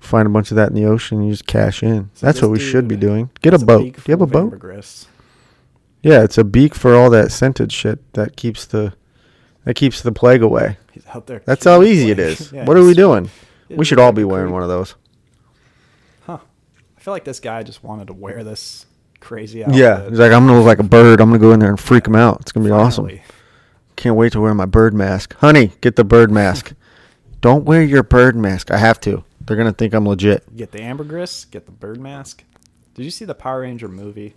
Find a bunch of that in the ocean. You just cash in. So That's this what we should be dude doing. Get a has boat. beak Do you have full a of boat? Ambergris. Yeah, it's a beak for all that scented shit that keeps the that keeps the plague away. He's out there. That's how killing easy it plague. is. Yeah, what are we he's- doing? it We should looks all like be a wearing creep. one of those. Huh. I feel like this guy just wanted to wear this crazy outfit. Yeah, he's like, I'm gonna look like a bird. I'm gonna go in there and freak him out. It's gonna be awesome. Finally. Can't wait to wear my bird mask, honey. Get the bird mask. Don't wear your bird mask. I have to. They're gonna think I'm legit. Get the ambergris, get the bird mask. Did you see the Power Ranger movie?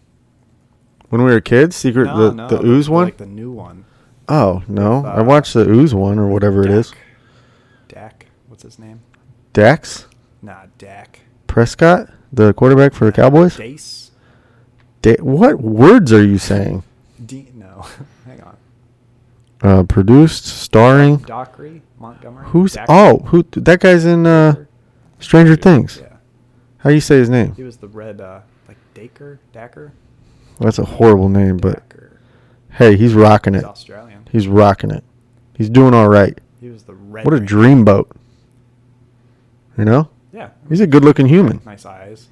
When we were kids, secret the, the ooze one. Like the new one. oh no, I uh, watched the ooze one or whatever it is. Dak. What's his name? Dax Nah, Dak. Prescott, the quarterback for the Cowboys. Dace? Da- what words are you saying? D- no. Hang on. Uh, produced, starring. Dockery? Montgomery? Who's Dak- oh who that guy's in uh, Stranger Things? Yeah. How do you say his name? He was the red, uh, like Daker? Dacker? That's a horrible name, but Dacker. hey, he's rocking He's it. Australian. He's rocking it. He's doing all right. He was the red. What a Ranger. dream boat. You know, Yeah. he's a good-looking human. nice eyes.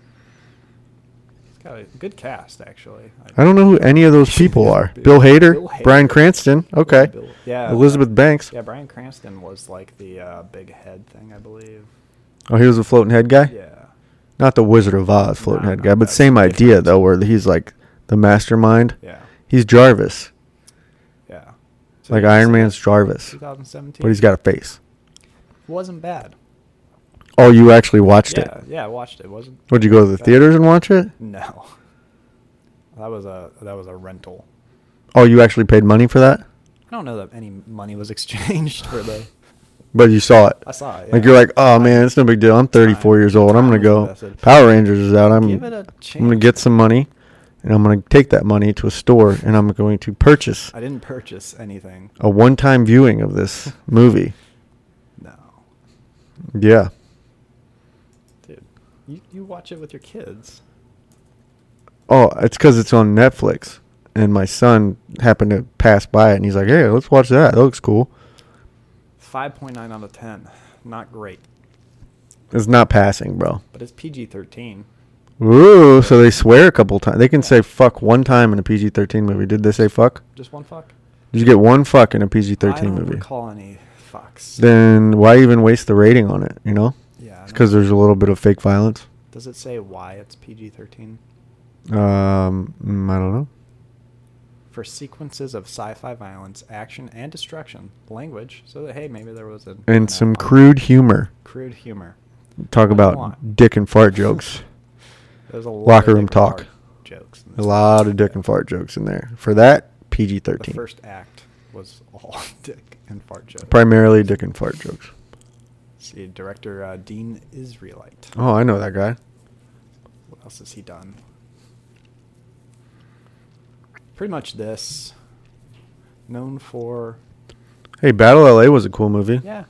He's got a good cast, actually. I don't know who any of those people are. Bill Bill Hader, Hader. Brian Cranston, okay, Bill- yeah. Elizabeth Banks. Yeah, Brian Cranston was like the uh, big head thing, I believe. Oh, he was a floating head guy. Yeah. Not the Wizard of Oz floating No, head no, guy, but that's same idea different. though, where he's like the mastermind. Yeah. He's Jarvis, Yeah. So like yeah, Iron so Man's that's Jarvis, 2017. but he's got a face. Wasn't bad. Oh, you actually watched Yeah, it? yeah, I watched it. Wasn't. Would you go to the bad. theaters and watch it? No. That was a that was a rental. Oh, you actually paid money for that? I don't know that any money was exchanged for the. But you saw it. I saw it. Like yeah. you're like, oh man, it's no big deal. I'm 34 Time. years old. I'm Time gonna was go. invested. Power Rangers is out. I'm Give it a I'm gonna chance. get some money, and I'm gonna take that money to a store, and I'm going to purchase I didn't purchase anything. a one-time viewing of this movie. No, Yeah, dude, you you watch it with your kids. Oh, it's because it's on Netflix. And my son happened to pass by it, and he's like, "Hey, let's watch that. That looks cool." Five point nine out of ten. Not great, It's not passing, bro. but it's PG thirteen. Ooh, so they swear a couple times. They can say "fuck" one time in a PG-13 movie. Did they say "fuck"? Just one fuck. Did you get one fuck in a I PG-13 don't movie? recall any fucks. Then why even waste the rating on it? You know, yeah. I it's don't- because there's a little bit of fake violence. Does it say why it's PG thirteen? Um, mm, I don't know. for sequences of sci-fi violence, action, and destruction, language, so that hey, maybe there was a you know, And some crude humor. crude humor. Talk Come about on. dick and fart jokes. There's a lot Locker of room dick and talk. fart jokes. in a this lot movie. of dick and fart jokes in there. For that, The PG-13. first act was all dick and fart jokes. Primarily dick and fart jokes. See, director uh, Dean Israelite. Oh, I know that guy. What else has he done? Pretty much this. Known for Hey, Battle LA was a cool movie. yeah,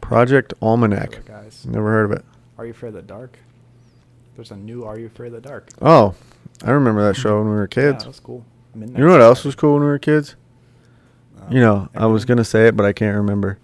Project Almanac. other guys. Never heard of it. Are you afraid of the dark? There's a new Are You Afraid of the Dark? Oh, I remember that show when we were Yeah, kids. that was cool. I'm in you know that what else society. was cool when we were kids? Uh, You know, I was everything. gonna say it, but I can't remember.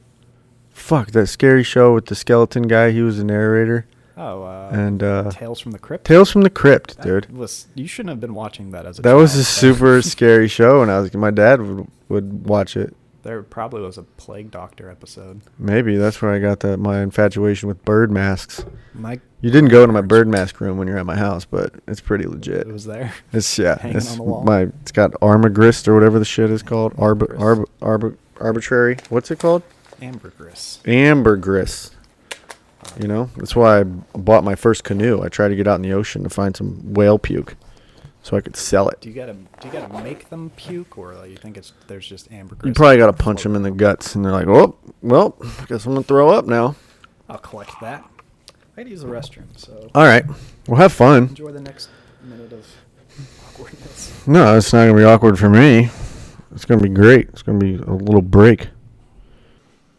Fuck that scary show with the skeleton guy. He was the narrator. Oh, uh, and, uh, Tales from the Crypt. Tales from the Crypt, That dude. Was you shouldn't have been watching that as a. That was child, a but super scary show, and I was my dad would would watch it. There probably was a Plague Doctor episode. Maybe that's where I got that my infatuation with bird masks. Mike, You didn't go to my bird mask room when you're at my house, but it's pretty legit. it was there. It's yeah. hanging It's on the wall. my. It's got armagrist or whatever the shit is called. Arb, Ambergris. arb, arb, arbitrary. What's it called? Ambergris. Ambergris. You know, that's why I bought my first canoe. I tried to get out in the ocean to find some whale puke, so I could sell it. Do you gotta do you gotta make them puke, or like, you think it's there's just ambergris? You probably got to punch them in the guts, and they're like, "Oh, well, I guess I'm gonna throw up now." I'll collect that. I gotta use the restroom, so All right, well, have fun. enjoy the next minute of awkwardness. No, it's not gonna be awkward for me. It's gonna be great. It's gonna be a little break.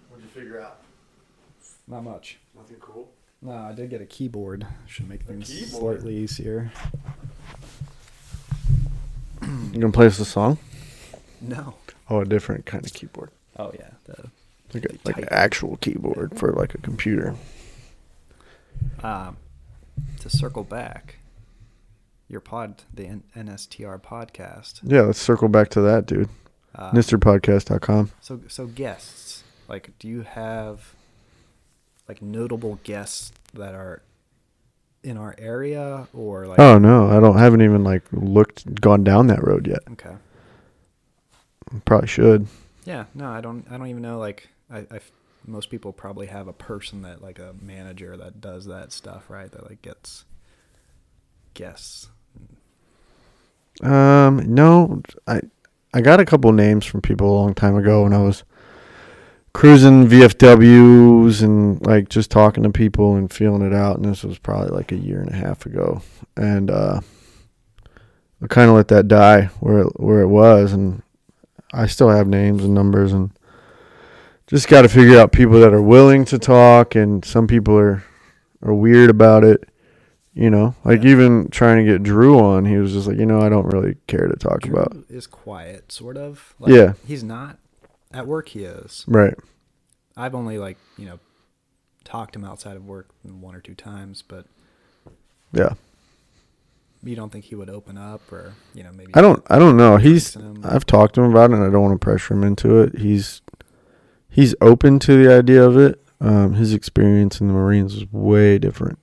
What'd you figure out? Not much. Nothing cool. No, I did get a keyboard. Should make things keyboard? slightly easier. You gonna play us a song? No. Oh, a different kind of keyboard, Oh yeah. The, like, a, like an Type. actual keyboard for like a computer. um, To circle back, your pod, the N- NSTR podcast. Yeah, let's circle back to that, dude. Uh, MrPodcast.com. So, so guests, like, do you have like notable guests that are in our area or like? Oh no, I don't. Haven't even like looked, gone down that road yet. Okay. Probably should. Yeah. No, I don't. I don't even know. Like, I, I f- most people probably have a person that like a manager that does that stuff, right? That like gets guests. Um, no, I I got a couple names from people a long time ago when I was cruising VFWs and like just talking to people and feeling it out. And this was probably like a year and a half ago, and uh, I kind of let that die where it, where it was, and I still have names and numbers and just got to figure out people that are willing to talk, and some people are are weird about it. You know, like Yeah. even trying to get Drew on, he was just like, you know, I don't really care to talk Drew about. is quiet, sort of. Yeah. He's not. At work, he is. Right. I've only like you know talked him outside of work one or two times, but Yeah. you don't think he would open up, or you know maybe I don't. I don't know. He's. Texting him. I've talked to him about it, and I don't want to pressure him into it. He's. He's open to the idea of it. Um, his experience in the Marines is way different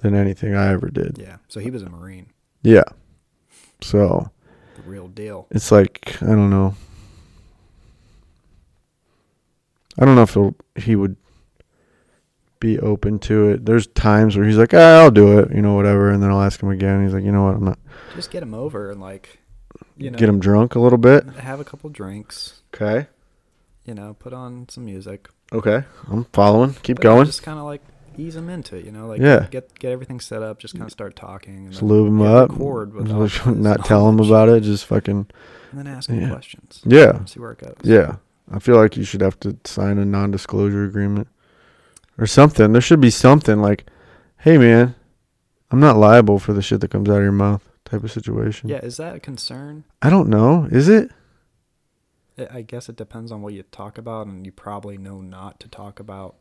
than anything I ever did. Yeah, so he was a marine, Yeah. So the real deal. it's like I don't know. I don't know if he'll, he would be open to it. There's times where he's like, ah, "I'll do it," you know, whatever, and then I'll ask him again. He's like, "You know what? I'm not." Just get him over and like you know Get him drunk a little bit. have a couple drinks, Okay. you know, put on some music. Okay. I'm following. Keep But going. Just kind of like ease him into it, you know, like Yeah. get get everything set up, just kind of start talking, and Just then lube him hit up. record with all Just his not tell him knowledge, about it. Just fucking and then ask him Yeah. questions. yeah, see where it goes. yeah. I feel like you should have to sign a non-disclosure agreement or something. There should be something like, "Hey, man, I'm not liable for the shit that comes out of your mouth." Type of situation. Yeah, is that a concern? I don't know. Is it? I- I guess it depends on what you talk about, and you probably know not to talk about.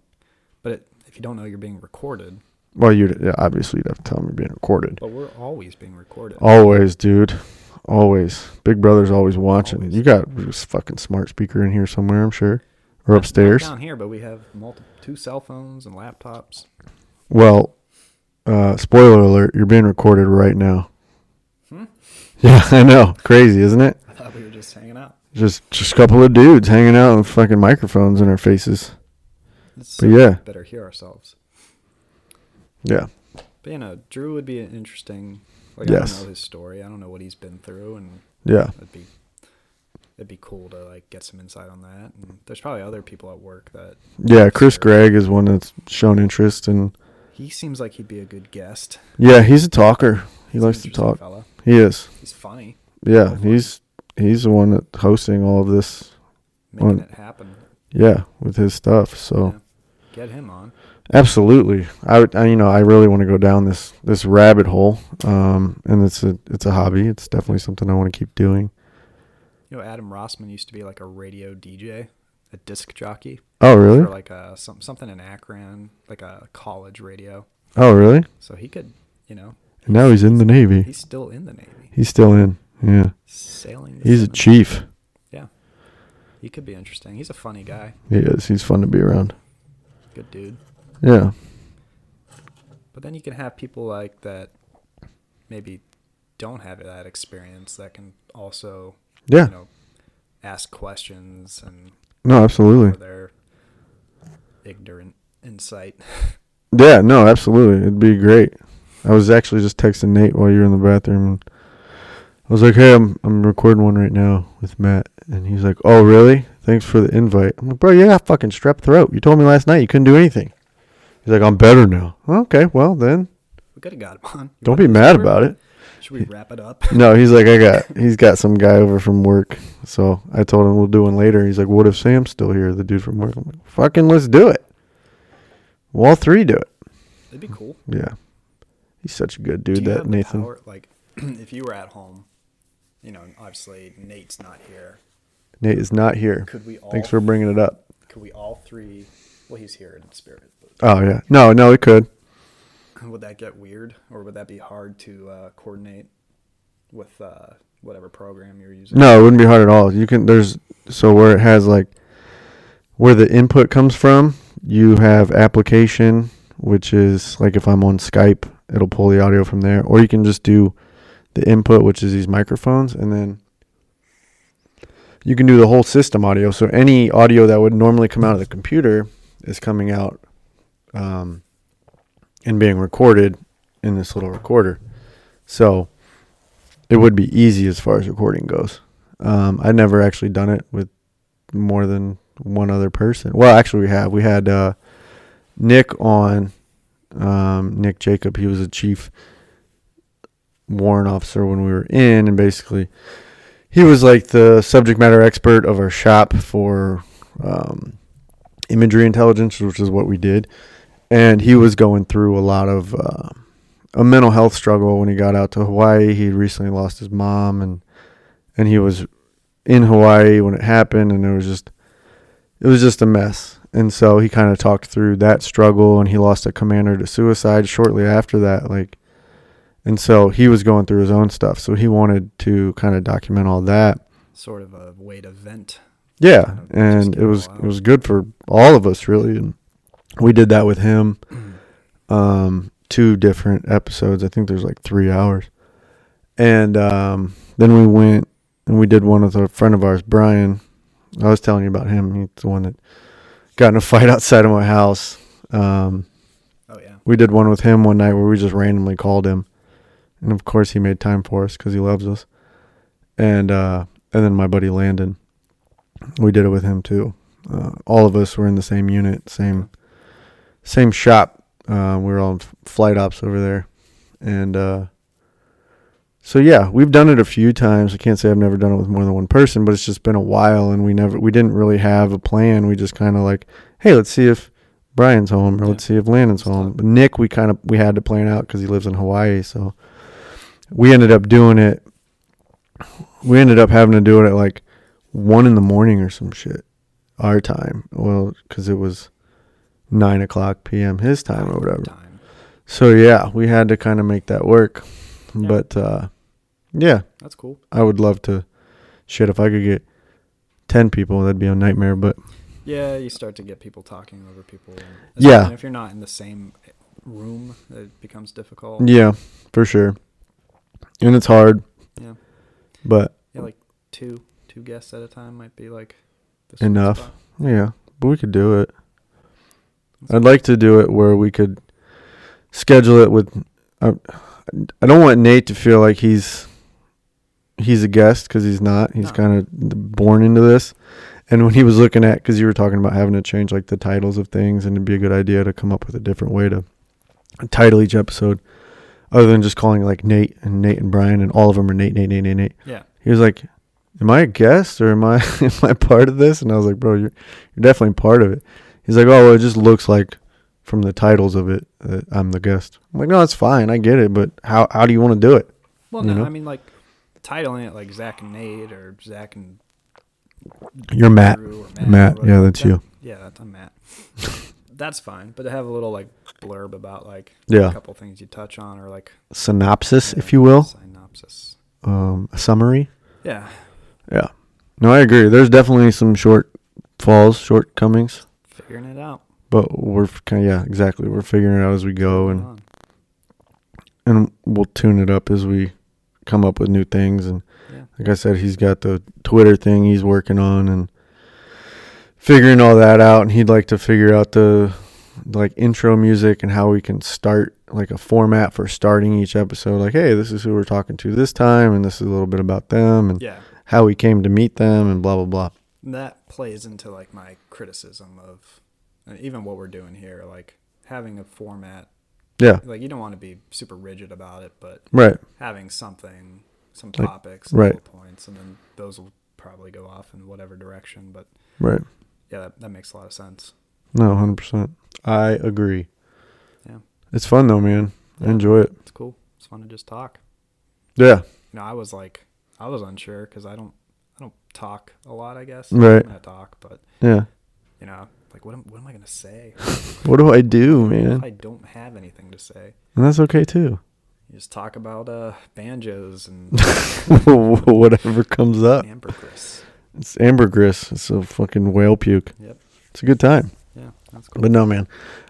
But it, if you don't know, you're being recorded. Well, you yeah, obviously you'd have to tell me you're being recorded. But we're always being recorded. Always, dude. Always. Big Brother's always watching. Always. You got this fucking smart speaker in here somewhere, I'm sure, Not- or not upstairs. down here, but we have multi- two cell phones and laptops. Well, uh, spoiler alert, you're being recorded right now. Yeah, I know. Crazy, isn't it? I thought we were just hanging out. Just just a couple of dudes hanging out with fucking microphones in our faces. It's But yeah. better hear ourselves. Yeah. But you know, Drew would be an interesting. Like I Yes. don't know his story. I don't know what he's been through, and Yeah. it'd be it'd be cool to like get some insight on that. And there's probably other people at work that Yeah, Chris Sure. Gregg is one that's shown interest and he seems like he'd be a good guest. yeah, he's a talker. He He's an likes to interesting talk. Fella. He is. He's funny. Yeah, he's he's the one that's hosting all of this. making Well, it happen. Yeah, with his stuff. So Yeah. Get him on. Absolutely. I, would- I you know, I really want to go down this this rabbit hole. Um and it's a it's a hobby. It's definitely something I want to keep doing. You know, Adam Rossman used to be like a radio DJ, a disc jockey Oh, for really? like a some, something in Akron, like a college radio. Oh, really? So he could, you know, And now he's in the navy. he's still in the Navy, He's still in. Yeah. sailing. the He's a seas. chief. Yeah, he could be interesting. He's a funny guy, He is. He's fun to be around. good dude. Yeah. But then you can have people like that, maybe don't have that experience that can also, Yeah. you know, ask questions and No, for absolutely. their ignorant insight. Yeah, no, absolutely. It'd be great. I was actually just texting Nate while you were in the bathroom. And I was like, "Hey, I'm I'm recording one right now with Matt," and he's like, "Oh, really? Thanks for the invite." I'm like, "Bro, you got fucking strep throat. You told me last night you couldn't do anything." He's like, "I'm better now." Well, okay, well then, We could have got him on. You don't want be to mad whisper? about it. Should we wrap it up? No, he's like, I got, he's got some guy over from work. So I told him we'll do one later. He's like, what if Sam's still here, the dude from work? I'm like, fucking let's do it. We'll all three do it. It'd be cool. Yeah. He's such a good Do dude, you that have the Nathan. power- like, if you were at home, you know, and obviously Nate's not here. Nate is not here. Could we all? Thanks for bringing it up. Could we all three? Well, he's here in spirit. But Oh, yeah. No, no, it could. would that get weird, or would that be hard to uh, coordinate with uh, whatever program you're using? No, it wouldn't be hard at all. You can there's so where it has like where the input comes from, you have application, which is like if I'm on Skype, it'll pull the audio from there. Or you can just do the input, which is these microphones, and then you can do the whole system audio. So any audio that would normally come out of the computer is coming out um, and being recorded in this little recorder. So it would be easy as far as recording goes. Um, I'd never actually done it with more than one other person. Well, actually, we have. We had uh, Nick on, um, Nick Jacob. He was a chief warrant officer when we were in, and basically, he was like the subject matter expert of our shop for um, imagery intelligence, which is what we did. And he was going through a lot of. Uh, a mental health struggle when he got out to Hawaii. He recently lost his mom and and he was in Hawaii when it happened and it was just it was just a mess. And so he kind of talked through that struggle and he lost a commander to suicide shortly after that like and so he was going through his own stuff. So he wanted to kind of document all that. Sort of a way to vent. Yeah, Kind of just and get it was all it out. was good for all of us really, and we did that with him. Oh, Um, two different episodes. I think there's like three hours, and um, then we went and we did one with a friend of ours, Brian. I was telling you about him. He's the one that got in a fight outside of my house. Um, Oh yeah. we did one with him one night where we just randomly called him, and of course he made time for us because he loves us. And uh, and then my buddy Landon, we did it with him too. Uh, all of us were in the same unit, same same shop. Uh, we were all in f- flight ops over there, and uh, so yeah, we've done it a few times. I can't say I've never done it with more than one person, but it's just been a while, and we never we didn't really have a plan. We just kind of like, hey, let's see if Brian's home, or Yeah. let's see if Landon's Let's home. Nick, we kind of we had to plan out because he lives in Hawaii, so we ended up doing it. We ended up having to do it at like one in the morning or some shit, our time. Well, because it was nine o'clock p.m. his time or whatever. Time. So yeah, we had to kind of make that work. Yeah. But uh, yeah, That's cool. I would love to. Shit, if I could get ten people, that'd be a nightmare. But Yeah, you start to get people talking over people. and Yeah. especially If you're not in the same eh, room, it becomes difficult. yeah, for sure. And it's hard, Yeah. but Yeah, like two two guests at a time might be like the sweet Enough. spot. yeah, but we could do it. That's I'd like to do it where we could schedule it with. I, I don't want Nate to feel like he's he's a guest because he's not. He's No. kind of born into this. And when he was looking at, because you were talking about having to change like the titles of things, and it'd be a good idea to come up with a different way to title each episode, other than just calling it like Nate and Nate and Brian, and all of them are Nate, Nate, Nate, Nate, Nate. Yeah. He was like, "Am I a guest or am I am I part of this?" And I was like, "Bro, you're you're definitely part of it." He's like, "Oh, well, it just looks like from the titles of it that I'm the guest." I'm like, "No, it's fine. I get it, but how how do you want to do it?" Well, You no, know? I mean like titling it like Zach and Nate or Zach and You're Matt. Drew or Matt, Matt. or yeah, whatever, that's that- you. Yeah, that's I'm Matt. that's fine, but to have a little like blurb about like Yeah. a couple things you touch on or like Synopsis, yeah, if you will, synopsis. um, a summary. Yeah, Yeah. No, I agree. There's definitely some shortfalls, shortcomings, figuring it out. but we're kind of yeah, exactly. We're figuring it out as we go, and Hold on. and we'll tune it up as we come up with new things and Yeah. like I said, he's got the Twitter thing he's working on and figuring all that out. And he'd like to figure out the like intro music and how we can start like a format for starting each episode. Like, hey, this is who we're talking to this time, and this is a little bit about them and Yeah. how we came to meet them, and blah blah blah. And that plays into like my criticism of and even what we're doing here, like having a format. Yeah, Like you don't want to be super rigid about it, but right. having something, some Like, topics, right. bullet points, and then those will probably go off in whatever direction. But Right. yeah, that, that makes a lot of sense. No, hundred percent. I agree. Yeah. It's fun though, man. I enjoy it. It's cool. It's fun to just talk. Yeah. You know, I was like, I was unsure because I don't, I don't talk a lot. I guess. Right. I talk, but Yeah. you know, like, what am, what am I gonna say? What do I do, man? I don't have anything to say. And that's okay too. You just talk about uh banjos and Whatever comes up. ambergris. It's ambergris. It's a fucking whale puke. Yep. It's a good time. Yeah, that's cool. But no, man.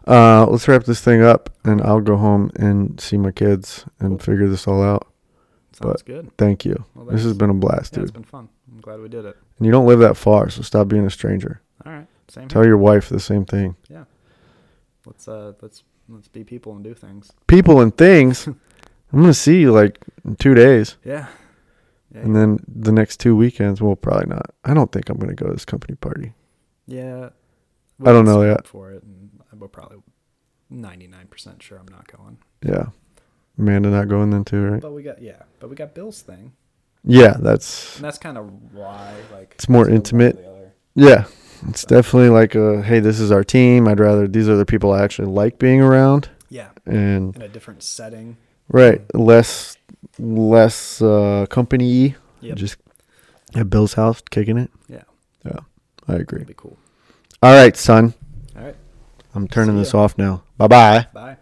Uh, let's wrap this thing up, and I'll go home and see my kids and figure this all out. Sounds good. Thank you. Well, This has thanks. been a blast, Yeah, it's dude. been fun. I'm glad we did it. And you don't live that far, so stop being a stranger. All right. Same. Tell here. your wife the same thing. Let's uh let's let's be people and do things. People and things. I'm gonna see you like in two days. Yeah. Yeah. And then the next two weekends, well, probably not. I don't think I'm going to go to this company party. yeah. I don't can know sign yet. up For it, and we're probably ninety nine percent sure I'm not going. Yeah. Amanda not going then too, right? But we got yeah. But we got Bill's thing, Yeah, that's, and that's kind of why like It's more there's no one or intimate. the other. yeah. It's definitely like a, hey, this is our team. I'd rather, these are the people I actually like being around. Yeah, And, in a different setting. right, less, less uh, company Yep. Just at Bill's house, kicking it. Yeah, Yeah, I agree. that'd be cool. All right, son. All right, I'm turning See this ya. off now. Bye bye. bye.